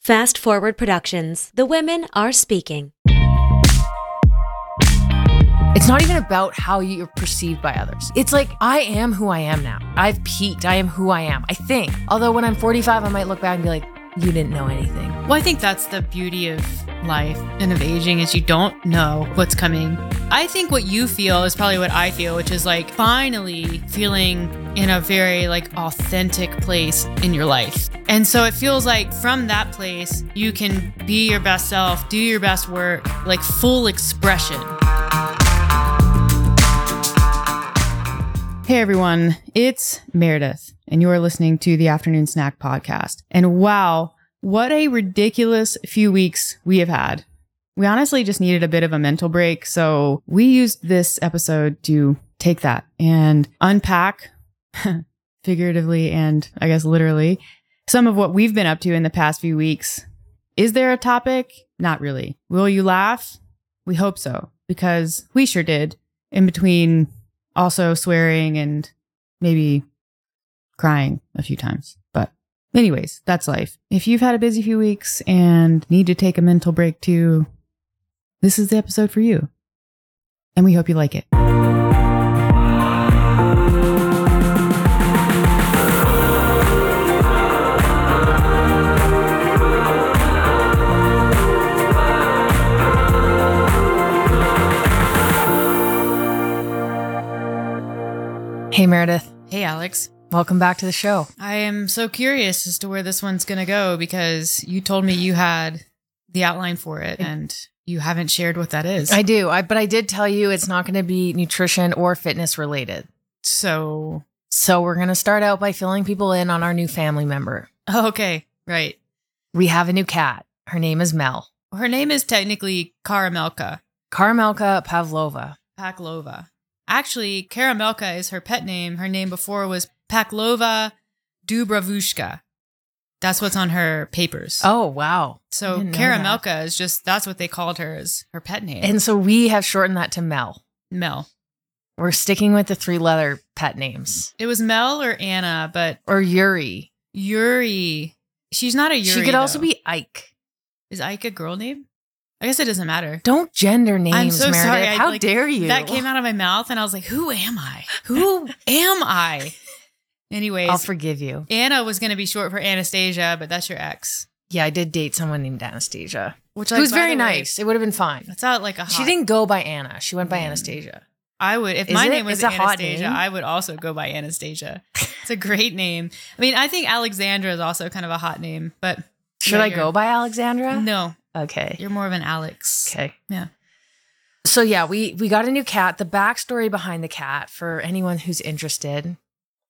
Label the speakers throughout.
Speaker 1: Fast Forward Productions, The Women Are Speaking.
Speaker 2: It's not even about how you're perceived by others. It's like, I am who I am now. I've peaked. I am who I am, I think. Although when I'm 45, I might look back and be like, you didn't know anything.
Speaker 3: Well, I think that's the beauty of life and of aging is you don't know what's coming. I think what you feel is probably what I feel, which is like finally feeling in a very like authentic place in your life. And so it feels like from that place you can be your best self, do your best work, like full expression. Hey everyone, it's Meredith, and you are listening to the Afternoon Snack Podcast. And wow, what a ridiculous few weeks we have had. We honestly just needed a bit of a mental break, so we used this episode to take that and unpack, figuratively and I guess literally, some of what we've been up to in the past few weeks. Is there a topic? Not really. Will you laugh? We hope so, because we sure did in between also swearing and maybe crying a few times. But, anyways, that's life. If you've had a busy few weeks and need to take a mental break too, this is the episode for you. And we hope you like it.
Speaker 2: Hey, Meredith,
Speaker 3: Hey, Alex.
Speaker 2: welcome back to the show.
Speaker 3: I am so curious as to where this one's going to go because you told me you had the outline for it and you haven't shared what that is.
Speaker 2: I do, I, but I did tell you it's not going to be nutrition or fitness related.
Speaker 3: so,
Speaker 2: So we're going to start out by filling people in on our new family member.
Speaker 3: oh, okay, right.
Speaker 2: We have a new cat. Her name is Mel,
Speaker 3: Her name is technically Karamelka
Speaker 2: Carmelka Pavlova.
Speaker 3: Paklova. Actually, Karamelka is her pet name. Her name before was Paklova Dubravushka. That's what's on her papers.
Speaker 2: Oh, wow. I
Speaker 3: so
Speaker 2: didn't know that.
Speaker 3: Karamelka is just that's what they called her as her pet name.
Speaker 2: And so we have shortened that to Mel.
Speaker 3: Mel.
Speaker 2: We're sticking with the three letter pet names
Speaker 3: It was Mel or Anna, but
Speaker 2: or Yuri.
Speaker 3: Yuri. She's not a Yuri.
Speaker 2: she could also
Speaker 3: though.
Speaker 2: be Ike.
Speaker 3: Is Ike a girl name? I guess it doesn't matter.
Speaker 2: Don't gender names,
Speaker 3: so
Speaker 2: Meredith.
Speaker 3: sorry, I,
Speaker 2: How
Speaker 3: like,
Speaker 2: dare you?
Speaker 3: That came out of my mouth, and I was like, "Who am I? Who am I?" Anyways,
Speaker 2: I'll forgive you.
Speaker 3: Anna was going to be short for Anastasia, but that's your ex,
Speaker 2: Yeah, I did date someone named Anastasia,
Speaker 3: which
Speaker 2: who's
Speaker 3: by the
Speaker 2: very
Speaker 3: way,
Speaker 2: nice. it would have been fine.
Speaker 3: That's not like a hot.
Speaker 2: She didn't go by Anna. She went by
Speaker 3: Mm.
Speaker 2: Anastasia.
Speaker 3: I would if
Speaker 2: Is
Speaker 3: my
Speaker 2: it?
Speaker 3: name was
Speaker 2: It's a hot
Speaker 3: Anastasia,
Speaker 2: name.
Speaker 3: I would also go by Anastasia. It's a great name. I mean, I think Alexandra is also kind of a hot name, but
Speaker 2: Should
Speaker 3: Yeah,
Speaker 2: I
Speaker 3: you're-
Speaker 2: go by Alexandra?
Speaker 3: no,
Speaker 2: Okay.
Speaker 3: you're more of an Alex.
Speaker 2: Okay.
Speaker 3: Yeah.
Speaker 2: So yeah, we we got a new cat. The backstory behind the cat, for anyone who's interested,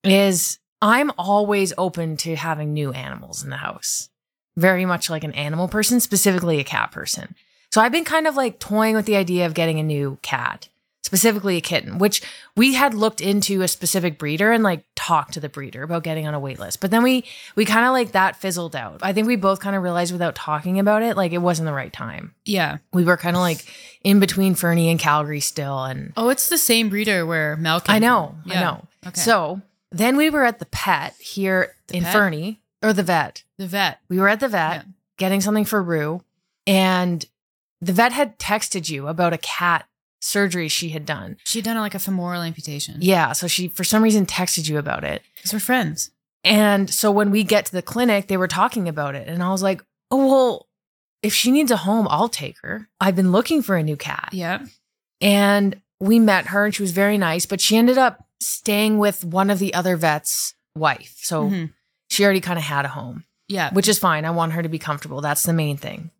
Speaker 2: is I'm always open to having new animals in the house. Very much like an animal person, specifically a cat person. So I've been kind of like toying with the idea of getting a new cat, specifically a kitten, which we had looked into a specific breeder and like talked to the breeder about getting on a wait list. But then we we kind of like that fizzled out. I think we both kind of realized without talking about it, like it wasn't the right time
Speaker 3: Yeah.
Speaker 2: we were kind of like in between Fernie and Calgary still. And
Speaker 3: Oh, it's the same breeder where Mel. came
Speaker 2: I know,
Speaker 3: from.
Speaker 2: I
Speaker 3: Yeah.
Speaker 2: know.
Speaker 3: Okay.
Speaker 2: So then we were at the pet here
Speaker 3: The
Speaker 2: in
Speaker 3: pet?
Speaker 2: Fernie or the vet.
Speaker 3: the vet.
Speaker 2: We were at the vet
Speaker 3: Yeah.
Speaker 2: getting something for Rue. And the vet had texted you about a cat surgery she had done.
Speaker 3: She had done like a femoral amputation.
Speaker 2: Yeah. So she, for some reason, texted you about it.
Speaker 3: Because we're friends.
Speaker 2: And so when we get to the clinic, they were talking about it. And I was like, oh, well, if she needs a home, I'll take her. I've been looking for a new cat.
Speaker 3: Yeah.
Speaker 2: and we met her and she was very nice but she ended up staying with one of the other vets wife so
Speaker 3: Mhm.
Speaker 2: she already kind of had a home
Speaker 3: Yeah.
Speaker 2: which is fine i want her to be comfortable that's the main thing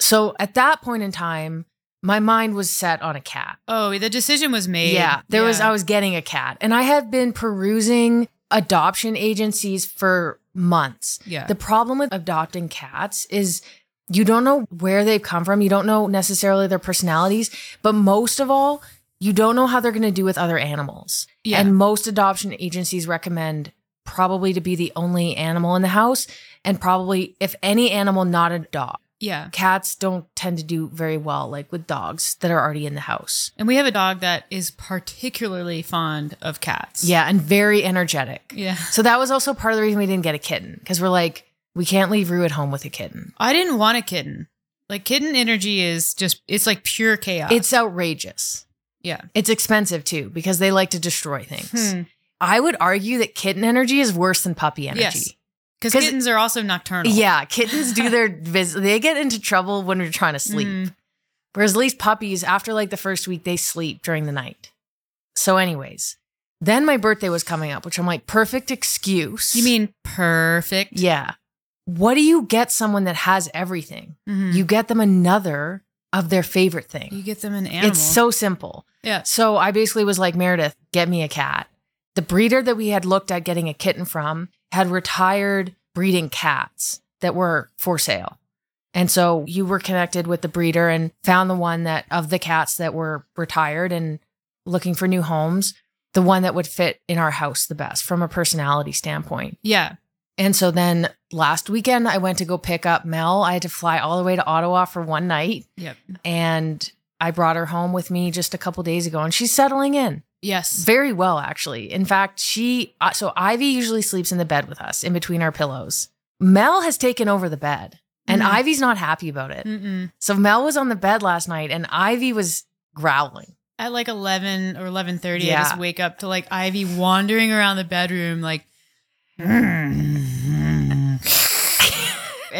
Speaker 2: so at that point in time my mind was set on a cat
Speaker 3: Oh, the decision was made.
Speaker 2: yeah there was
Speaker 3: Yeah.
Speaker 2: i was getting a cat and i had been perusing adoption agencies for months
Speaker 3: yeah.
Speaker 2: the problem with adopting cats is you don't know where they've come from. You don't know necessarily their personalities, but most of all, you don't know how they're going to do with other animals.
Speaker 3: yeah.
Speaker 2: And most adoption agencies recommend probably to be the only animal in the house and probably, if any animal, not a dog.
Speaker 3: yeah.
Speaker 2: Cats don't tend to do very well, like with dogs that are already in the house.
Speaker 3: And we have a dog that is particularly fond of cats.
Speaker 2: Yeah, and very energetic.
Speaker 3: Yeah.
Speaker 2: So that was also part of the reason we didn't get a kitten because we're like, We can't leave Rue at home with a kitten.
Speaker 3: I didn't want a kitten. Like kitten energy is just it's like pure chaos.
Speaker 2: It's outrageous.
Speaker 3: yeah.
Speaker 2: It's expensive too because they like to destroy things.
Speaker 3: Hmm.
Speaker 2: I would argue that kitten energy is worse than puppy energy.
Speaker 3: Yes. Because
Speaker 2: 'Cause-
Speaker 3: kittens are also nocturnal.
Speaker 2: Yeah, kittens do their vis- they get into trouble when you're trying to sleep.
Speaker 3: Mm.
Speaker 2: Whereas at least puppies, after like the first week, they sleep during the night. So, anyways, then my birthday was coming up, which I'm like, perfect excuse.
Speaker 3: You mean perfect?
Speaker 2: Yeah. What do you get someone that has everything?
Speaker 3: Mhm.
Speaker 2: You get them another of their favorite
Speaker 3: You
Speaker 2: thing.
Speaker 3: get them an animal.
Speaker 2: It's so simple.
Speaker 3: yeah.
Speaker 2: So I basically was like, Meredith, get me a cat. The breeder that we had looked at getting a kitten from had retired breeding cats that were for sale. And so you were connected with the breeder and found the one that of the cats that were retired and looking for new homes, the one that would fit in our house the best from a personality standpoint.
Speaker 3: Yeah.
Speaker 2: And so then last weekend, I went to go pick up Mel. I had to fly all the way to Ottawa for one night.
Speaker 3: Yep.
Speaker 2: And I brought her home with me just a couple days ago, and she's settling in
Speaker 3: Yes.
Speaker 2: very well, actually. In fact, she, uh, so Ivy usually sleeps in the bed with us in between our pillows. Mel has taken over the bed, and
Speaker 3: Mhm.
Speaker 2: Ivy's not happy about it.
Speaker 3: Mm-mm.
Speaker 2: So Mel was on the bed last night, and Ivy was growling.
Speaker 3: At like eleven or eleven thirty, I
Speaker 2: Yeah.
Speaker 3: just wake up to like Ivy wandering around the bedroom, like. I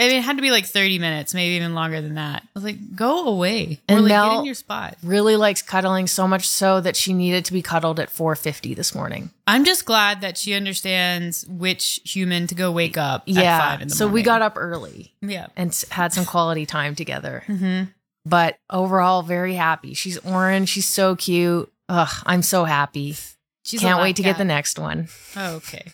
Speaker 3: mean, it had to be like thirty minutes, maybe even longer than that. I was like, "Go away!" or
Speaker 2: And
Speaker 3: like, "Get
Speaker 2: Mel-
Speaker 3: in your spot."
Speaker 2: Really likes cuddling so much so that she needed to be cuddled at 4:50 this morning.
Speaker 3: I'm just glad that she understands which human to go wake up.
Speaker 2: Yeah.
Speaker 3: at five in the
Speaker 2: so we
Speaker 3: morning.
Speaker 2: got up early.
Speaker 3: yeah.
Speaker 2: and s- had some quality time together.
Speaker 3: Mm-hmm.
Speaker 2: But overall, very happy. She's orange. She's so cute. Ugh, I'm so happy.
Speaker 3: She's
Speaker 2: Can't wait to get the next one.
Speaker 3: Oh, okay,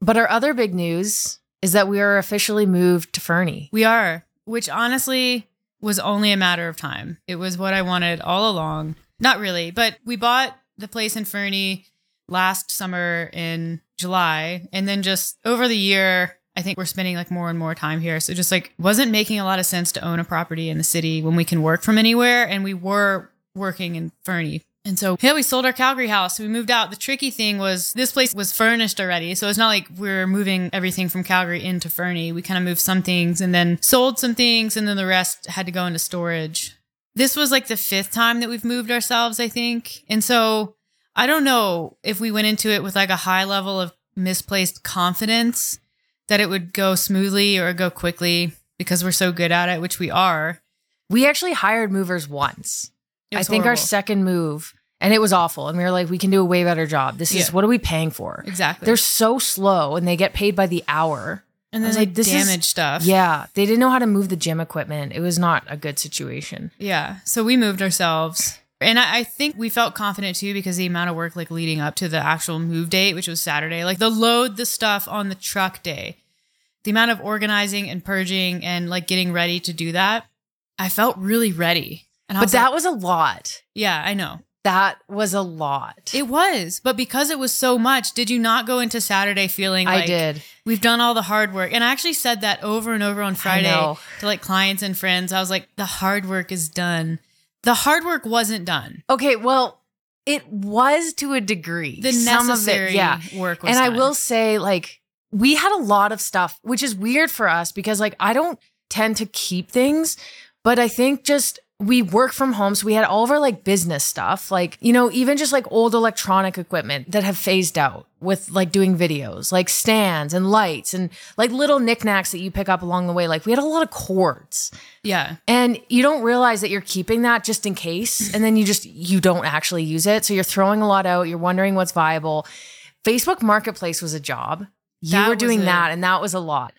Speaker 2: But our other big news is that we are officially moved to Fernie.
Speaker 3: we are. Which honestly was only a matter of time. It was what I wanted all along. Not really, but we bought the place in Fernie last summer in July, and then just over the year. I think we're spending like more and more time here. So just like wasn't making a lot of sense to own a property in the city when we can work from anywhere. And we were working in Fernie. And so, yeah, we sold our Calgary house. We moved out. The tricky thing was this place was furnished already. So it's not like we're moving everything from Calgary into Fernie. We kind of moved some things and then sold some things, and then the rest had to go into storage. This was like the fifth time that we've moved ourselves, I think. And so I don't know if we went into it with like a high level of misplaced confidence that it would go smoothly or go quickly because we're so good at it, which we are.
Speaker 2: We actually hired movers once.
Speaker 3: It
Speaker 2: I
Speaker 3: was
Speaker 2: think our
Speaker 3: horrible.
Speaker 2: second move, and it was awful. And we were like, we can do a way better job. This is
Speaker 3: Yeah.
Speaker 2: what are we paying for?
Speaker 3: exactly
Speaker 2: They're so slow and they get paid by the hour. I
Speaker 3: and then
Speaker 2: was
Speaker 3: like
Speaker 2: like, this is-
Speaker 3: damage stuff.
Speaker 2: Yeah, they didn't know how to move the gym equipment. It was not a good situation.
Speaker 3: Yeah. So we moved ourselves. And I, I think we felt confident too because the amount of work like leading up to the actual move date, which was Saturday, like the load the stuff on the truck day, the amount of organizing and purging and like getting ready to do that, I felt really ready. And I
Speaker 2: But
Speaker 3: was like,
Speaker 2: that was a lot.
Speaker 3: yeah, I know.
Speaker 2: That was a lot.
Speaker 3: It was. But because it was so much, did you not go into Saturday feeling like
Speaker 2: I did.
Speaker 3: we've done all the hard work? And I actually said that over and over on Friday.
Speaker 2: know.
Speaker 3: to like clients and friends. I was like, the hard work is done. The hard work wasn't done.
Speaker 2: Okay, well, it was to a degree.
Speaker 3: The
Speaker 2: Some of it-
Speaker 3: necessary
Speaker 2: yeah.
Speaker 3: work was
Speaker 2: And I
Speaker 3: done.
Speaker 2: will say, like, we had a lot of stuff, which is weird for us because, like, I don't tend to keep things, but I think just we work from home. So we had all of our like business stuff, like, you know, even just like old electronic equipment that have phased out with like doing videos, like stands and lights and like little knickknacks that you pick up along the way. Like, we had a lot of cords.
Speaker 3: Yeah.
Speaker 2: and you don't realize that you're keeping that just in case and then you just you don't actually use it so you're throwing a lot out you're wondering what's viable facebook marketplace was a job you
Speaker 3: That
Speaker 2: were
Speaker 3: was
Speaker 2: doing
Speaker 3: a-
Speaker 2: that and that was a lot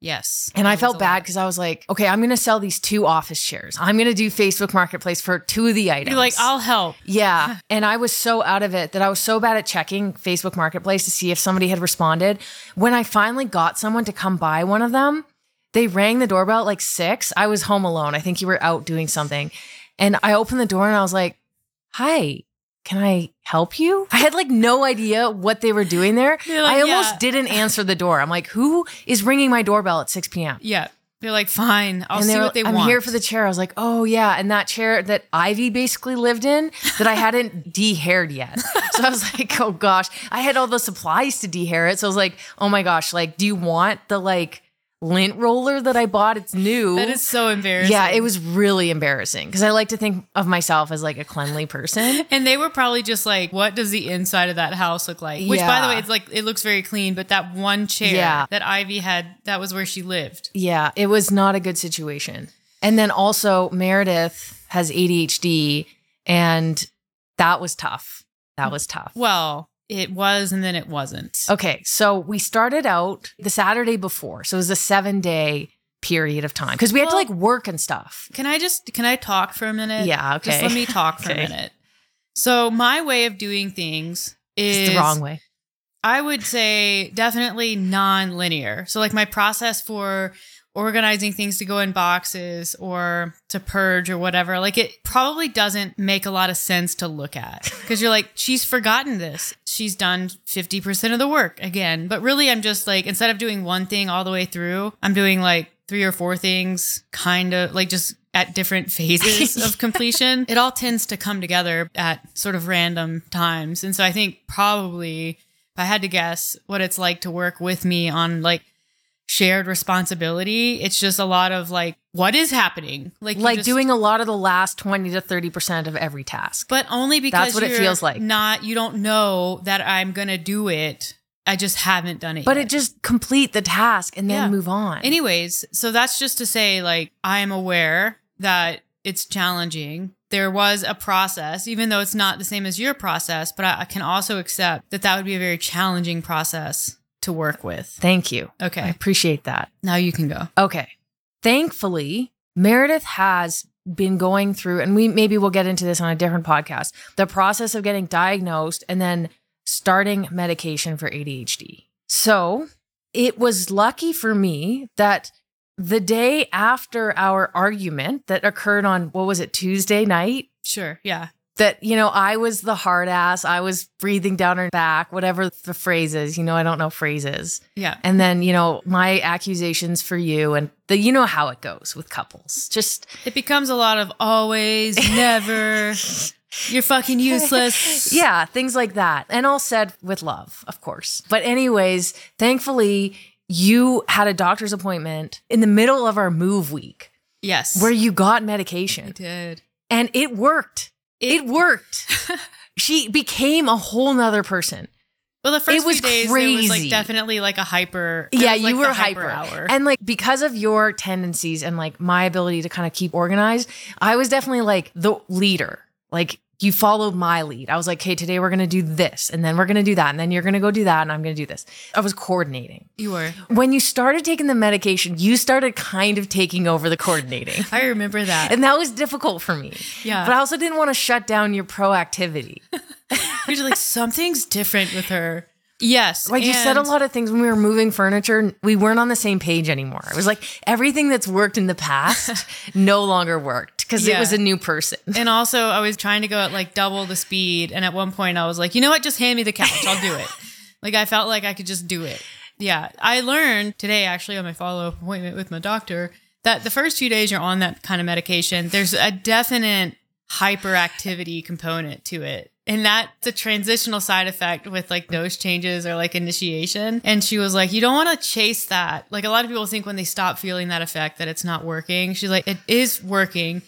Speaker 3: Yes.
Speaker 2: and
Speaker 3: That
Speaker 2: i
Speaker 3: was
Speaker 2: felt
Speaker 3: a
Speaker 2: bad
Speaker 3: lot.
Speaker 2: because i was like okay i'm gonna sell these two office chairs i'm gonna do facebook marketplace for two of the items
Speaker 3: You're like, I'll help.
Speaker 2: yeah. And I was so out of it that I was so bad at checking Facebook Marketplace to see if somebody had responded. When I finally got someone to come buy one of them, they rang the doorbell at like six. I was home alone. I think you were out doing something. And I opened the door and I was like, hi. Can I help you? I had like no idea what they were doing there.
Speaker 3: You're like,
Speaker 2: I almost
Speaker 3: yeah.
Speaker 2: didn't answer the door. I'm like, who is ringing my doorbell at 6 p.m.?
Speaker 3: Yeah. They're like, fine. I'll
Speaker 2: and
Speaker 3: see
Speaker 2: were-
Speaker 3: what they
Speaker 2: I'm
Speaker 3: want.
Speaker 2: here for the chair. I was like, oh yeah, and that chair that Ivy basically lived in that I hadn't de-haired yet. So I was like, oh gosh, I had all the supplies to de-hair it. So I was like, oh my gosh, like, do you want the like lint roller that I bought. It's new.
Speaker 3: That is so embarrassing.
Speaker 2: yeah, it was really embarrassing because I like to think of myself as like a cleanly person.
Speaker 3: And they were probably just like, what does the inside of that house look like? Which, by the
Speaker 2: Yeah.
Speaker 3: way, it's like, it looks very clean, but that one chair
Speaker 2: Yeah.
Speaker 3: that Ivy had, that was where she lived.
Speaker 2: Yeah, it was not a good situation. And then also Meredith has ADHD and that was tough. That was tough.
Speaker 3: Well, it was and then it wasn't.
Speaker 2: Okay, so we started out the Saturday before. So it was a 7-day period of time cuz we had
Speaker 3: Well-
Speaker 2: to like work and stuff.
Speaker 3: Can I just, can I talk for a minute?
Speaker 2: Yeah, okay.
Speaker 3: Just let me talk for
Speaker 2: Okay.
Speaker 3: a minute. So, my way of doing things is
Speaker 2: It's the wrong way.
Speaker 3: I would say definitely non-linear. So like my process for organizing things to go in boxes or to purge or whatever, like it probably doesn't make a lot of sense to look at because you're like she's forgotten this. She's done 50% of the work again. But really I'm just like instead of doing one thing all the way through, I'm doing like three or four things kind of like just at different phases of completion. It all tends to come together at sort of random times. And so I think probably if I had to guess what it's like to work with me on like shared responsibility, it's just a lot of like, what is happening? Like, you
Speaker 2: Like
Speaker 3: just-
Speaker 2: doing a lot of the last 20 to 30% of every task.
Speaker 3: but only because
Speaker 2: That's what it
Speaker 3: you're
Speaker 2: feels like.
Speaker 3: Not, you don't know that I'm going to do it. I just haven't done it
Speaker 2: But
Speaker 3: yet.
Speaker 2: it just complete the task and then
Speaker 3: Yeah.
Speaker 2: move on.
Speaker 3: Anyways, so that's just to say, like, I am aware that it's challenging. There was a process, even though it's not the same as your process, but I, I can also accept that that would be a very challenging process to work with.
Speaker 2: Thank you. I
Speaker 3: Okay,
Speaker 2: appreciate that.
Speaker 3: now you can go.
Speaker 2: Okay. Thankfully, Meredith has been going through, and we maybe we'll get into this on a different podcast, the process of getting diagnosed and then starting medication for ADHD. So it was lucky for me that the day after our argument that occurred on what was it, Tuesday night,
Speaker 3: Sure. Yeah.
Speaker 2: that you know i was the hard ass i was breathing down her back whatever the phrase is you know i don't know phrases
Speaker 3: Yeah.
Speaker 2: and then you know my accusations for you and the you know how it goes with couples just
Speaker 3: It becomes a lot of always, never, you're fucking useless.
Speaker 2: yeah things like that and all said with love of course but anyways thankfully you had a doctor's appointment in the middle of our move week
Speaker 3: Yes.
Speaker 2: where you got medication
Speaker 3: I did.
Speaker 2: and it worked it,
Speaker 3: It-
Speaker 2: worked she became a whole nother person
Speaker 3: Well, the first
Speaker 2: It was
Speaker 3: few days there was
Speaker 2: crazy.
Speaker 3: like definitely like a hyper. there
Speaker 2: yeah,
Speaker 3: was, like,
Speaker 2: you
Speaker 3: the
Speaker 2: were hyper.
Speaker 3: hour.
Speaker 2: And like because of your tendencies and like my ability to kind of keep organized, I was definitely like the leader. Like you followed my lead. I was like, "Hey, today we're going to do this, and then we're going to do that, and then you're going to go do that, and I'm going to do this." I was coordinating.
Speaker 3: you were.
Speaker 2: When you started taking the medication, you started kind of taking over the coordinating.
Speaker 3: I remember that.
Speaker 2: and that was difficult for me.
Speaker 3: Yeah.
Speaker 2: But I also didn't want to shut down your proactivity.
Speaker 3: You're just like something's different with her. Yes.
Speaker 2: Like you said a
Speaker 3: and-
Speaker 2: lot of things when we were moving furniture, we weren't on the same page anymore. It was like everything that's worked in the past no longer worked because it
Speaker 3: Yeah.
Speaker 2: was a new person.
Speaker 3: And also, I was trying to go at like double the speed. And at one point, I was like, you know what? Just hand me the couch. I'll do it. like, I felt like I could just do it. Yeah. I learned today, actually, on my follow up appointment with my doctor, that the first few days you're on that kind of medication, there's a definite hyperactivity component to it. And that's a transitional side effect with like dose changes or like initiation. And she was like, You don't want to chase that. Like, a lot of people think when they stop feeling that effect that it's not working. She's like, It is working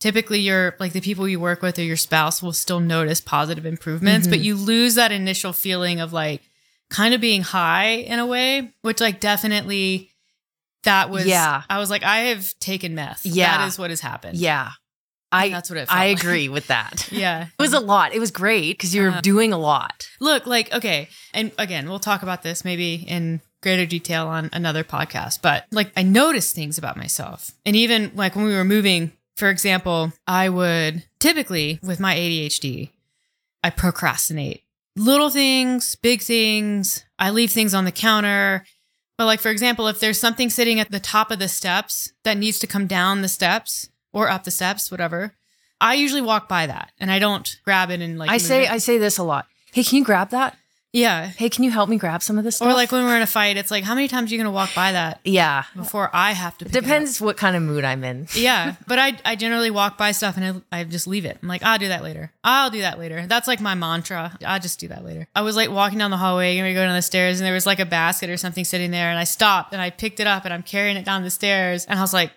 Speaker 3: typically your like the people you work with or your spouse will still notice positive improvements
Speaker 2: Mm-hmm.
Speaker 3: but you lose that initial feeling of like kind of being high in a way which like definitely that was
Speaker 2: Yeah.
Speaker 3: i was like i have taken meth
Speaker 2: Yeah.
Speaker 3: that is what has happened
Speaker 2: Yeah. I
Speaker 3: that's what it felt
Speaker 2: I
Speaker 3: like.
Speaker 2: agree with that.
Speaker 3: yeah
Speaker 2: It was a lot. It was great because you were doing a lot.
Speaker 3: look like okay and again we'll talk about this maybe in greater detail on another podcast but like i noticed things about myself and even like when we were moving for example i would typically with my adhd i procrastinate little things big things i leave things on the counter but like for example if there's something sitting at the top of the steps that needs to come down the steps or up the steps whatever i usually walk by that and i don't grab it and like
Speaker 2: I
Speaker 3: move
Speaker 2: say
Speaker 3: it.
Speaker 2: I say this a lot. Hey, can you grab that?
Speaker 3: Yeah.
Speaker 2: Hey, can you help me grab some of this stuff?
Speaker 3: Or like when we're in a fight, it's like, how many times are you going to walk by that
Speaker 2: yeah.
Speaker 3: before I have to pick it up?
Speaker 2: Depends what kind of mood I'm in.
Speaker 3: Yeah, but I I generally walk by stuff and I, I just leave it. I'm like, I'll do that later. I'll do that later. That's like my mantra. I'll just do that later. I was like walking down the hallway and we go down the stairs and there was like a basket or something sitting there and I stopped and I picked it up and I'm carrying it down the stairs and I was like,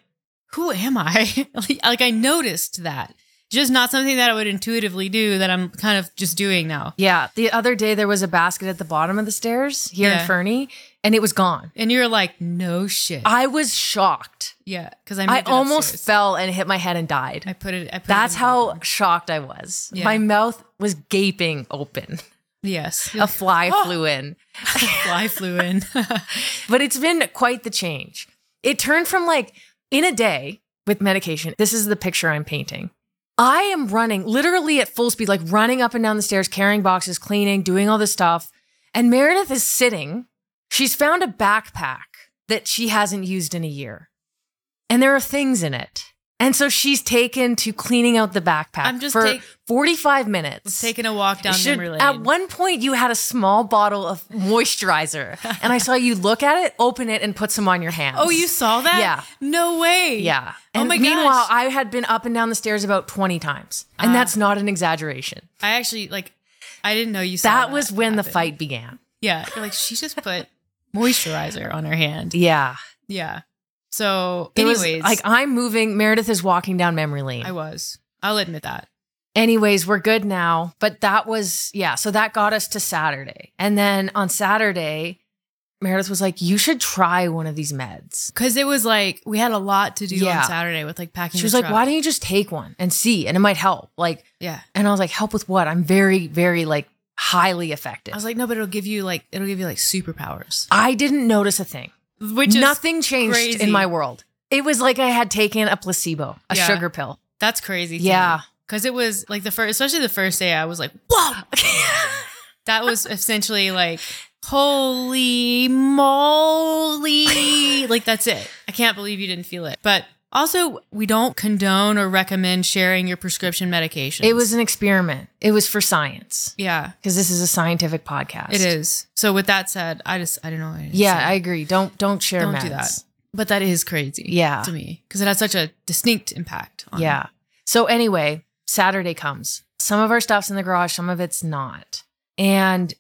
Speaker 3: who am I? like, like I noticed that. Just not something that I would intuitively do that I'm kind of just doing now.
Speaker 2: Yeah. The other day there was a basket at the bottom of the stairs here
Speaker 3: Yeah.
Speaker 2: in Fernie and it was gone.
Speaker 3: And you're like, no shit.
Speaker 2: I was shocked.
Speaker 3: yeah, because I
Speaker 2: I
Speaker 3: moved it
Speaker 2: almost
Speaker 3: upstairs.
Speaker 2: fell and hit my head and died.
Speaker 3: I put it. I put it
Speaker 2: That's
Speaker 3: in the
Speaker 2: how
Speaker 3: bathroom.
Speaker 2: shocked I was.
Speaker 3: Yeah.
Speaker 2: My mouth was gaping open.
Speaker 3: Yes,
Speaker 2: A fly
Speaker 3: Oh.
Speaker 2: flew in.
Speaker 3: fly flew in.
Speaker 2: But it's been quite the change. It turned from like in a day with medication. This is the picture I'm painting. I am running literally at full speed, like running up and down the stairs, carrying boxes, cleaning, doing all this stuff. And Meredith is sitting. She's found a backpack that she hasn't used in a year. And there are things in it. And so she's taken to cleaning out the backpack
Speaker 3: I'm just
Speaker 2: for
Speaker 3: take-
Speaker 2: 45 minutes.
Speaker 3: Taking a walk down
Speaker 2: Should-
Speaker 3: memory lane.
Speaker 2: At one point, you had a small bottle of moisturizer, and I saw you look at it, open it, and put some on your hands.
Speaker 3: Oh, you saw that?
Speaker 2: Yeah.
Speaker 3: No way.
Speaker 2: Yeah.
Speaker 3: Oh
Speaker 2: And
Speaker 3: my
Speaker 2: meanwhile,
Speaker 3: gosh. Ah.
Speaker 2: I had been up and down the stairs about 20 times, and that's not an exaggeration.
Speaker 3: I actually like. I didn't know you saw
Speaker 2: That
Speaker 3: that.
Speaker 2: was when the
Speaker 3: happen.
Speaker 2: fight began.
Speaker 3: Yeah. You're like she just put moisturizer on her hand.
Speaker 2: Yeah.
Speaker 3: Yeah. So,
Speaker 2: It was
Speaker 3: anyways,
Speaker 2: like I'm moving. Meredith is walking down memory lane.
Speaker 3: I was. I'll admit that.
Speaker 2: anyways, we're good now. But that was, yeah. So that got us to Saturday. And then on Saturday, Meredith was like, You should try one of these meds.
Speaker 3: Because it was like we had a lot to do
Speaker 2: Yeah.
Speaker 3: on Saturday with like packing.
Speaker 2: She was like,
Speaker 3: truck.
Speaker 2: why don't you just take one and see? And it might help. Like,
Speaker 3: Yeah.
Speaker 2: and I was like, help with what? I'm very, very like highly affected.
Speaker 3: I was like, no, but it'll give you like it'll give you like superpowers,
Speaker 2: I didn't notice a thing.
Speaker 3: which is
Speaker 2: Nothing changed
Speaker 3: crazy.
Speaker 2: in my world. It was like I had taken a placebo, a
Speaker 3: Yeah.
Speaker 2: sugar pill.
Speaker 3: that's crazy.
Speaker 2: Yeah.
Speaker 3: Because it was like the first, especially the first day, I was like, whoa. that was essentially like, holy moly. like, that's it. I can't believe you didn't feel it. But also, we don't condone or recommend sharing your prescription medication.
Speaker 2: It was an experiment. It was for science
Speaker 3: yeah,
Speaker 2: because this is a scientific podcast.
Speaker 3: it is. So, with that said, I just, I don't know. What I
Speaker 2: Yeah, I
Speaker 3: I,
Speaker 2: agree. Don't don't share
Speaker 3: Don't
Speaker 2: meds.
Speaker 3: do that. but that is crazy.
Speaker 2: Yeah.
Speaker 3: To me, because it had such a distinct impact on
Speaker 2: Yeah. So anyway, Saturday comes. Some of our stuff's in the garage, some of it's not. And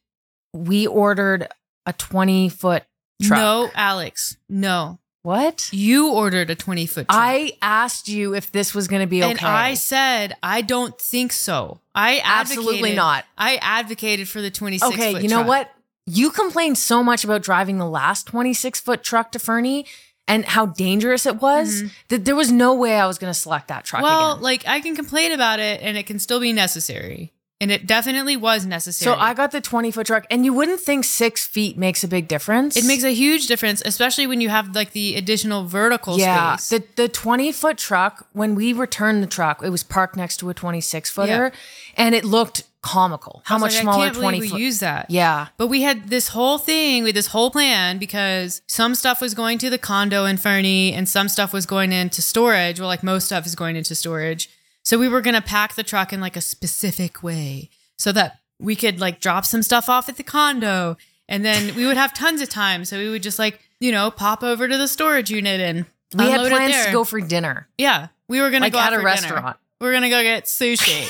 Speaker 2: we ordered a 20 foot truck.
Speaker 3: No, Alex, no.
Speaker 2: What?
Speaker 3: You ordered a 20 foot truck.
Speaker 2: I asked you if this was going to be okay.
Speaker 3: And I said, I don't think so. I
Speaker 2: absolutely
Speaker 3: advocated-
Speaker 2: not.
Speaker 3: I advocated for the 26
Speaker 2: Okay,
Speaker 3: foot
Speaker 2: you know
Speaker 3: truck.
Speaker 2: what? You complained so much about driving the last 26 foot truck to Fernie and how dangerous it was that there was no way I was going to select that truck
Speaker 3: Mm-hmm. Well,
Speaker 2: again.
Speaker 3: like I can complain about it and it can still be necessary. And it definitely was necessary.
Speaker 2: So I got the 20 foot truck, and you wouldn't think six feet makes a big difference.
Speaker 3: it makes a huge difference, especially when you have like the additional vertical
Speaker 2: yeah,
Speaker 3: space.
Speaker 2: the the twenty foot truck. When we returned the truck, it was parked next to a twenty six footer, and it looked comical. How
Speaker 3: I was
Speaker 2: much
Speaker 3: like, I
Speaker 2: smaller
Speaker 3: can't
Speaker 2: twenty
Speaker 3: believe
Speaker 2: foot?
Speaker 3: we used that.
Speaker 2: yeah,
Speaker 3: But we had this whole thing with this whole plan because some stuff was going to the condo in Fernie and some stuff was going into storage. Well, like most stuff is going into storage. So we were going to pack the truck in like a specific way so that we could like drop some stuff off at the condo and then we would have tons of time. So we would just like, you know, pop over to the storage unit and
Speaker 2: we had
Speaker 3: unload it
Speaker 2: plans
Speaker 3: there.
Speaker 2: to go for dinner,
Speaker 3: Yeah, we were gonna
Speaker 2: like
Speaker 3: go out
Speaker 2: at
Speaker 3: for
Speaker 2: a
Speaker 3: dinner.
Speaker 2: restaurant.
Speaker 3: We We're gonna go get sushi.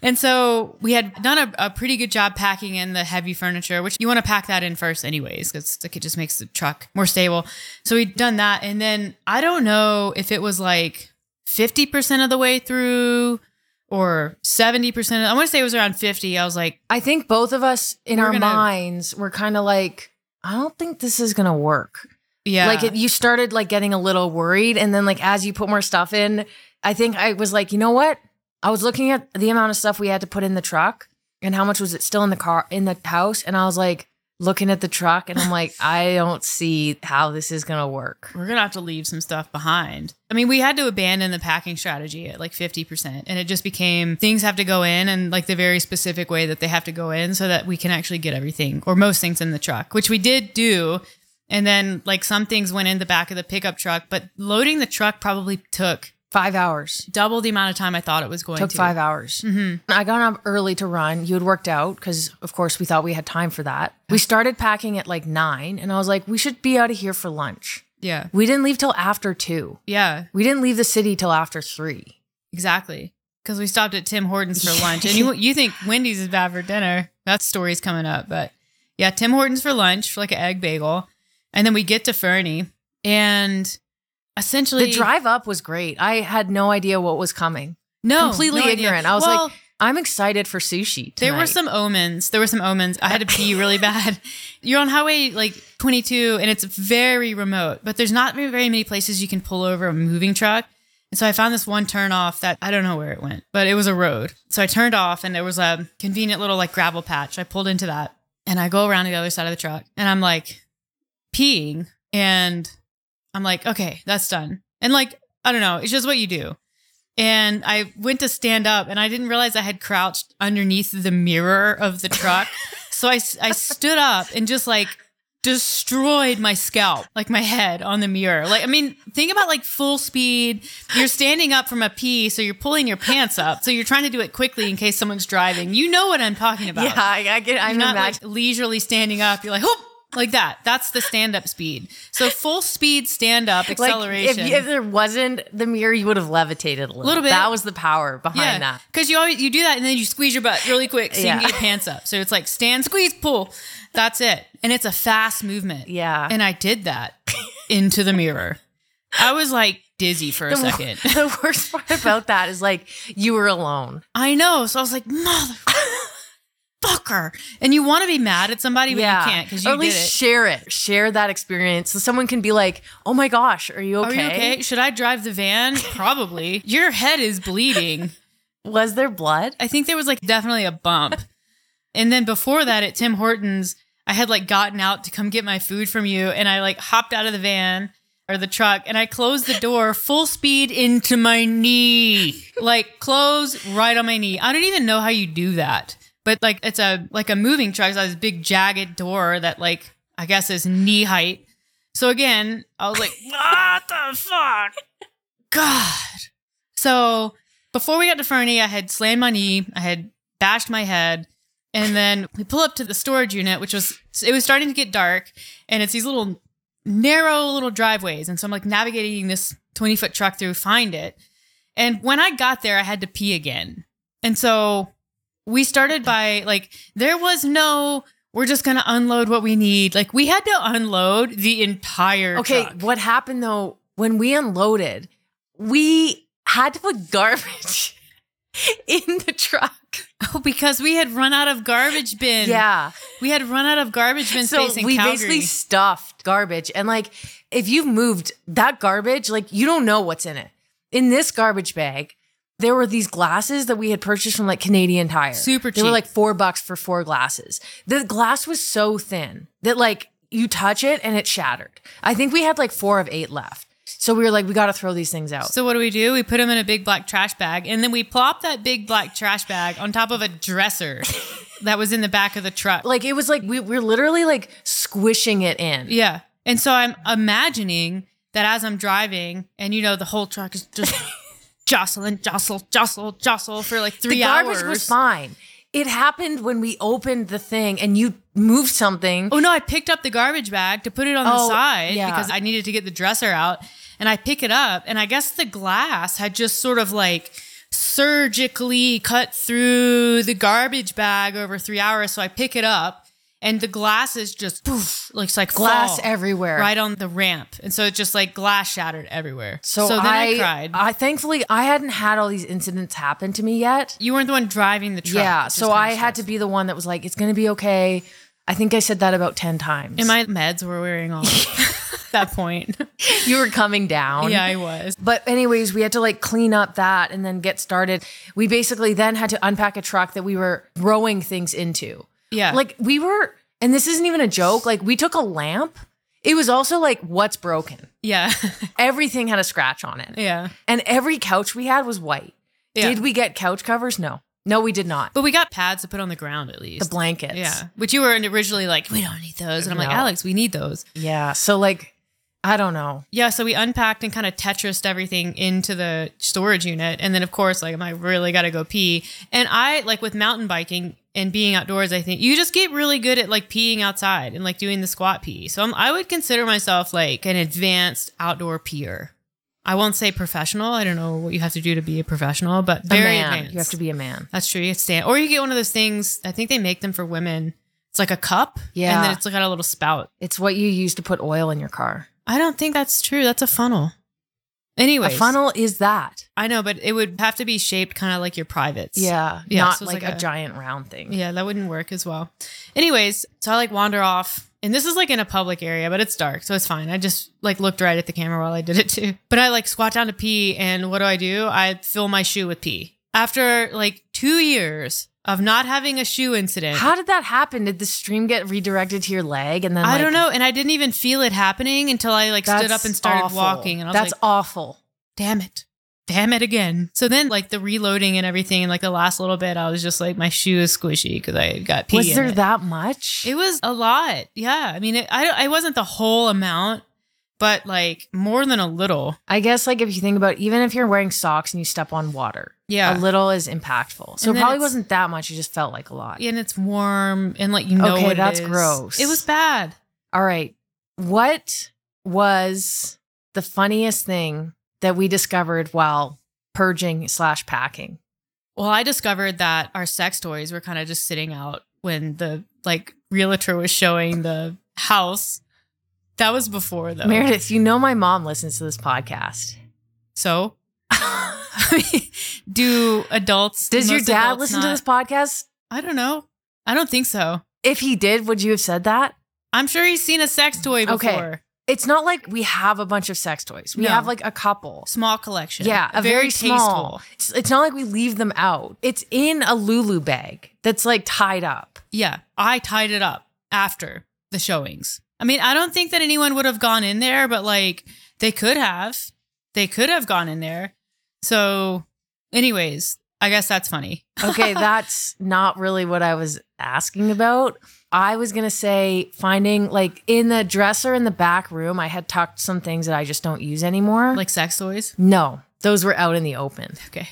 Speaker 3: And so we had done a, a pretty good job packing in the heavy furniture, which you want to pack that in first, anyways, because like, it just makes the truck more stable. So we'd done that. And then I don't know if it was like 50% of the way through or 70%. I want to say it was around 50. I was like,
Speaker 2: I think both of us in
Speaker 3: We're
Speaker 2: our
Speaker 3: gonna-
Speaker 2: minds were kind of like, I don't think this is gonna work.
Speaker 3: yeah.
Speaker 2: Like it, you started like getting a little worried, and then like as you put more stuff in, I think I was like, you know what? I was looking at the amount of stuff we had to put in the truck and how much was it still in the car in the house, and I was like looking at the truck, and I'm like, I don't see how this is gonna work.
Speaker 3: we're gonna have to leave some stuff behind. I mean, we had to abandon the packing strategy at like 50%, and it just became things have to go in and like the very specific way that they have to go in so that we can actually get everything or most things in the truck, which we did do. And then like some things went in the back of the pickup truck, but loading the truck probably took
Speaker 2: Five hours.
Speaker 3: double the amount of time I thought it was going
Speaker 2: Took
Speaker 3: to.
Speaker 2: five hours.
Speaker 3: Mm-hmm.
Speaker 2: I got up early to run. You had worked out because, of course, we thought we had time for that. We started packing at like nine, and I was like, we should be out of here for lunch.
Speaker 3: Yeah.
Speaker 2: We didn't leave till after two.
Speaker 3: Yeah.
Speaker 2: We didn't leave the city till after three.
Speaker 3: Exactly. Because we stopped at Tim Hortons for lunch, and you you think Wendy's is bad for dinner? That story's coming up, but yeah, Tim Hortons for lunch for like an egg bagel, and then we get to Fernie, and essentially
Speaker 2: The drive up was great. I had no idea what was coming.
Speaker 3: no
Speaker 2: completely
Speaker 3: no idea.
Speaker 2: ignorant. I was
Speaker 3: Well,
Speaker 2: like, I'm excited for sushi. Tonight.
Speaker 3: There were some omens. There were some omens. I had to pee really bad. You're on highway like 22 and it's very remote, but there's not very very many places you can pull over a moving truck. And so I found this one turn off that I don't know where it went, but it was a road. So I turned off and there was a convenient little like gravel patch. I pulled into that and I go around to the other side of the truck and I'm like peeing and I'm like, okay, that's done. And like, I don't know, it's just what you do and I went to stand up and I didn't realize I had crouched underneath the mirror of the truck. so I, s- I stood up and just like destroyed my scalp, like my head on the mirror. Like, I mean, think about like full speed. You're standing up from a pee, so you're pulling your pants up. So you're trying to do it quickly in case someone's driving. You know what I'm talking about.
Speaker 2: Yeah, I, I get. I'm
Speaker 3: You're not
Speaker 2: not
Speaker 3: like leisurely standing up. You're like, whoop, like that. That's the stand up speed. So full speed stand up acceleration.
Speaker 2: if, if there wasn't the mirror, you would have levitated a little.
Speaker 3: Little bit.
Speaker 2: That was the power behind that.
Speaker 3: Because you always you do that and then you squeeze your butt really quick so you
Speaker 2: Yeah.
Speaker 3: can get your pants up. So it's like stand, squeeze, pull. That's it. And it's a fast movement.
Speaker 2: Yeah.
Speaker 3: And I did that into the mirror. I was like dizzy for a
Speaker 2: The wor-
Speaker 3: second.
Speaker 2: the worst part about that is like you were alone.
Speaker 3: I know. So I was like, mother fucker. And you want to be mad at somebody, but you can't because you
Speaker 2: or at least
Speaker 3: did it.
Speaker 2: share it. Share that experience so someone can be like, "Oh my gosh, are you okay?
Speaker 3: Are you okay? Should I drive the van? Probably. Your head is bleeding.
Speaker 2: Was there blood?"
Speaker 3: I think there was like definitely a bump. and then before that at Tim Hortons, I had like gotten out to come get my food from you and I like hopped out of the van or the truck and I closed the door full speed into my knee. Like close right on my knee. I don't even know how you do that. But like it's a like a moving truck, so this big jagged door that like I guess is knee height. So again, I was like, what the fuck? God. So before we got to Fernie, I had slammed my knee, I had bashed my head, and then we pull up to the storage unit, which was it was starting to get dark, and it's these little narrow little driveways, and so I'm like navigating this 20 foot truck through, find it, and when I got there, I had to pee again, and so we started by like there was no. We're just gonna unload what we need. Like we had to unload the entire
Speaker 2: Okay,
Speaker 3: truck.
Speaker 2: what happened though when we unloaded? We had to put garbage in the truck.
Speaker 3: because we had run out of garbage bin.
Speaker 2: Yeah.
Speaker 3: We had run out of garbage bin
Speaker 2: so
Speaker 3: space in
Speaker 2: we
Speaker 3: Calgary.
Speaker 2: basically stuffed garbage and like if you've moved that garbage like you don't know what's in it in this garbage bag there were these glasses that we had purchased from like canadian tire
Speaker 3: Super
Speaker 2: they were
Speaker 3: cheap.
Speaker 2: like four bucks for four glasses the glass was so thin that like you touch it and it shattered i think we had like four of eight left so we were like we gotta throw these things out
Speaker 3: so what do we do? We put them in a big black trash bag, and then we plop that big black trash bag on top of a dresser that was in the back of the truck.
Speaker 2: like it was like we we were literally like squishing it in
Speaker 3: yeah. And so I'm imagining that as I'm driving, and you know the whole truck is just jostling, jostle, jostle, jostle for like three
Speaker 2: the garbage
Speaker 3: hours.
Speaker 2: was fine it happened when we opened the thing and you moved something
Speaker 3: Oh no, I picked up the garbage bag to put it on the
Speaker 2: Oh,
Speaker 3: side
Speaker 2: yeah.
Speaker 3: because I needed to get the dresser out. And I pick it up, and I guess the glass had just sort of like surgically cut through the garbage bag over three hours. So I pick it up, and the glass is just poof, looks like
Speaker 2: glass
Speaker 3: fall
Speaker 2: everywhere.
Speaker 3: right on the ramp, and so it just like glass shattered everywhere.
Speaker 2: So,
Speaker 3: then
Speaker 2: I,
Speaker 3: I, cried.
Speaker 2: I thankfully I hadn't had all these incidents happen to me yet.
Speaker 3: you weren't the one driving the truck.
Speaker 2: yeah,
Speaker 3: which is
Speaker 2: so
Speaker 3: kinda
Speaker 2: I had to
Speaker 3: stressful.
Speaker 2: be the one that was like, "It's gonna be okay." I think I said that about ten times.
Speaker 3: And my meds were wearing off at that point.
Speaker 2: you were coming down.
Speaker 3: yeah, I was.
Speaker 2: But anyways, we had to like clean up that and then get started. We basically then had to unpack a truck that we were throwing things into.
Speaker 3: Yeah,
Speaker 2: Like we were, and this isn't even a joke. Like we took a lamp. It was also like, "What's broken?"
Speaker 3: yeah,
Speaker 2: Everything had a scratch on it,
Speaker 3: yeah.
Speaker 2: and every couch we had was white.
Speaker 3: Yeah.
Speaker 2: Did we get couch covers? No. No, we did not.
Speaker 3: But we got pads to put on the ground at
Speaker 2: The
Speaker 3: least.
Speaker 2: blankets.
Speaker 3: yeah. Which you were originally like, we don't need those. And I'm like,
Speaker 2: No.
Speaker 3: Alex, we need those.
Speaker 2: Yeah. So like I don't know.
Speaker 3: Yeah, so we unpacked and kind of Tetrised everything into the storage unit. And then, of course, like, I'm like, really got to go pee. And I, like, with mountain biking and being outdoors, I think you just get really good at like peeing outside and like doing the squat pee. So I'm, I would consider myself like an advanced outdoor peer. I won't say professional. I don't know what you have to do to be a professional, but
Speaker 2: A
Speaker 3: very
Speaker 2: man.
Speaker 3: advanced.
Speaker 2: You have to be a man.
Speaker 3: That's true. You get stand, or you get one of those things. I think they make them for women. It's like a cup, and
Speaker 2: Yeah.
Speaker 3: then it's got a little spout.
Speaker 2: It's what you use to put oil in your car.
Speaker 3: I don't think that's true. That's a funnel. Anyway,
Speaker 2: A funnel is that.
Speaker 3: I know, but it would have to be shaped kind of like your privates.
Speaker 2: Yeah.
Speaker 3: Yeah,
Speaker 2: not
Speaker 3: so it's
Speaker 2: like,
Speaker 3: like
Speaker 2: a,
Speaker 3: a-
Speaker 2: giant round thing.
Speaker 3: Yeah, that wouldn't work as well. Anyways, so I like wander off. And this is like in a public area, but it's dark, so it's fine. I just like looked right at the camera while I did it too. But I like squat down to pee, and what do I do? I fill my shoe with pee. After like two years of not having a shoe incident,
Speaker 2: How did that happen? Did the stream get redirected to your leg and then
Speaker 3: I
Speaker 2: like,
Speaker 3: don't know. And I didn't even feel it happening until I like stood
Speaker 2: that's
Speaker 3: up and started
Speaker 2: awful.
Speaker 3: walking. And I was
Speaker 2: That's
Speaker 3: like,
Speaker 2: awful.
Speaker 3: damn it. Damn it again. So then, like the reloading and everything, and like the last little bit, I was just like, my shoe is squishy because I got pee.
Speaker 2: Was
Speaker 3: in
Speaker 2: there
Speaker 3: it.
Speaker 2: that much?
Speaker 3: It was a lot. Yeah. I mean, it, I, I wasn't the whole amount, but like more than a little.
Speaker 2: I guess like if you think about even if you're wearing socks and you step on water, a
Speaker 3: Yeah.
Speaker 2: little is impactful. So
Speaker 3: And
Speaker 2: it
Speaker 3: then
Speaker 2: probably
Speaker 3: it's-
Speaker 2: wasn't that much. It just felt like a lot.
Speaker 3: And it's warm and like, you know,
Speaker 2: Okay,
Speaker 3: what it
Speaker 2: that's
Speaker 3: is.
Speaker 2: gross.
Speaker 3: It was bad.
Speaker 2: All right. What was the funniest thing that we discovered while purging slash packing?
Speaker 3: Well, I discovered that our sex toys were kind of just sitting out when the like realtor was showing the house. That was before though.
Speaker 2: Meredith, you know my mom listens to this podcast.
Speaker 3: So, I mean, do adults?
Speaker 2: Does your
Speaker 3: most
Speaker 2: dad
Speaker 3: adults
Speaker 2: listen to
Speaker 3: not-
Speaker 2: this podcast?
Speaker 3: I don't know. I don't think so.
Speaker 2: If he did, would you have said that?
Speaker 3: I'm sure he's seen a sex toy before.
Speaker 2: Okay. It's not like we have a bunch of sex toys. We
Speaker 3: No.
Speaker 2: have like a couple.
Speaker 3: Small collection.
Speaker 2: Yeah, a very, small. It's, it's not like we leave them out. It's in a Lulu bag that's like tied up.
Speaker 3: Yeah, I tied it up after the showings. I mean, I don't think that anyone would have gone in there, but like they could have. They could have gone in there. So, anyways, I guess that's funny.
Speaker 2: Okay, that's not really what I was asking about. I was going to say finding like in the dresser in the back room, I had tucked some things that I just don't use anymore.
Speaker 3: Like sex toys.
Speaker 2: no, those were out in the open,
Speaker 3: Okay.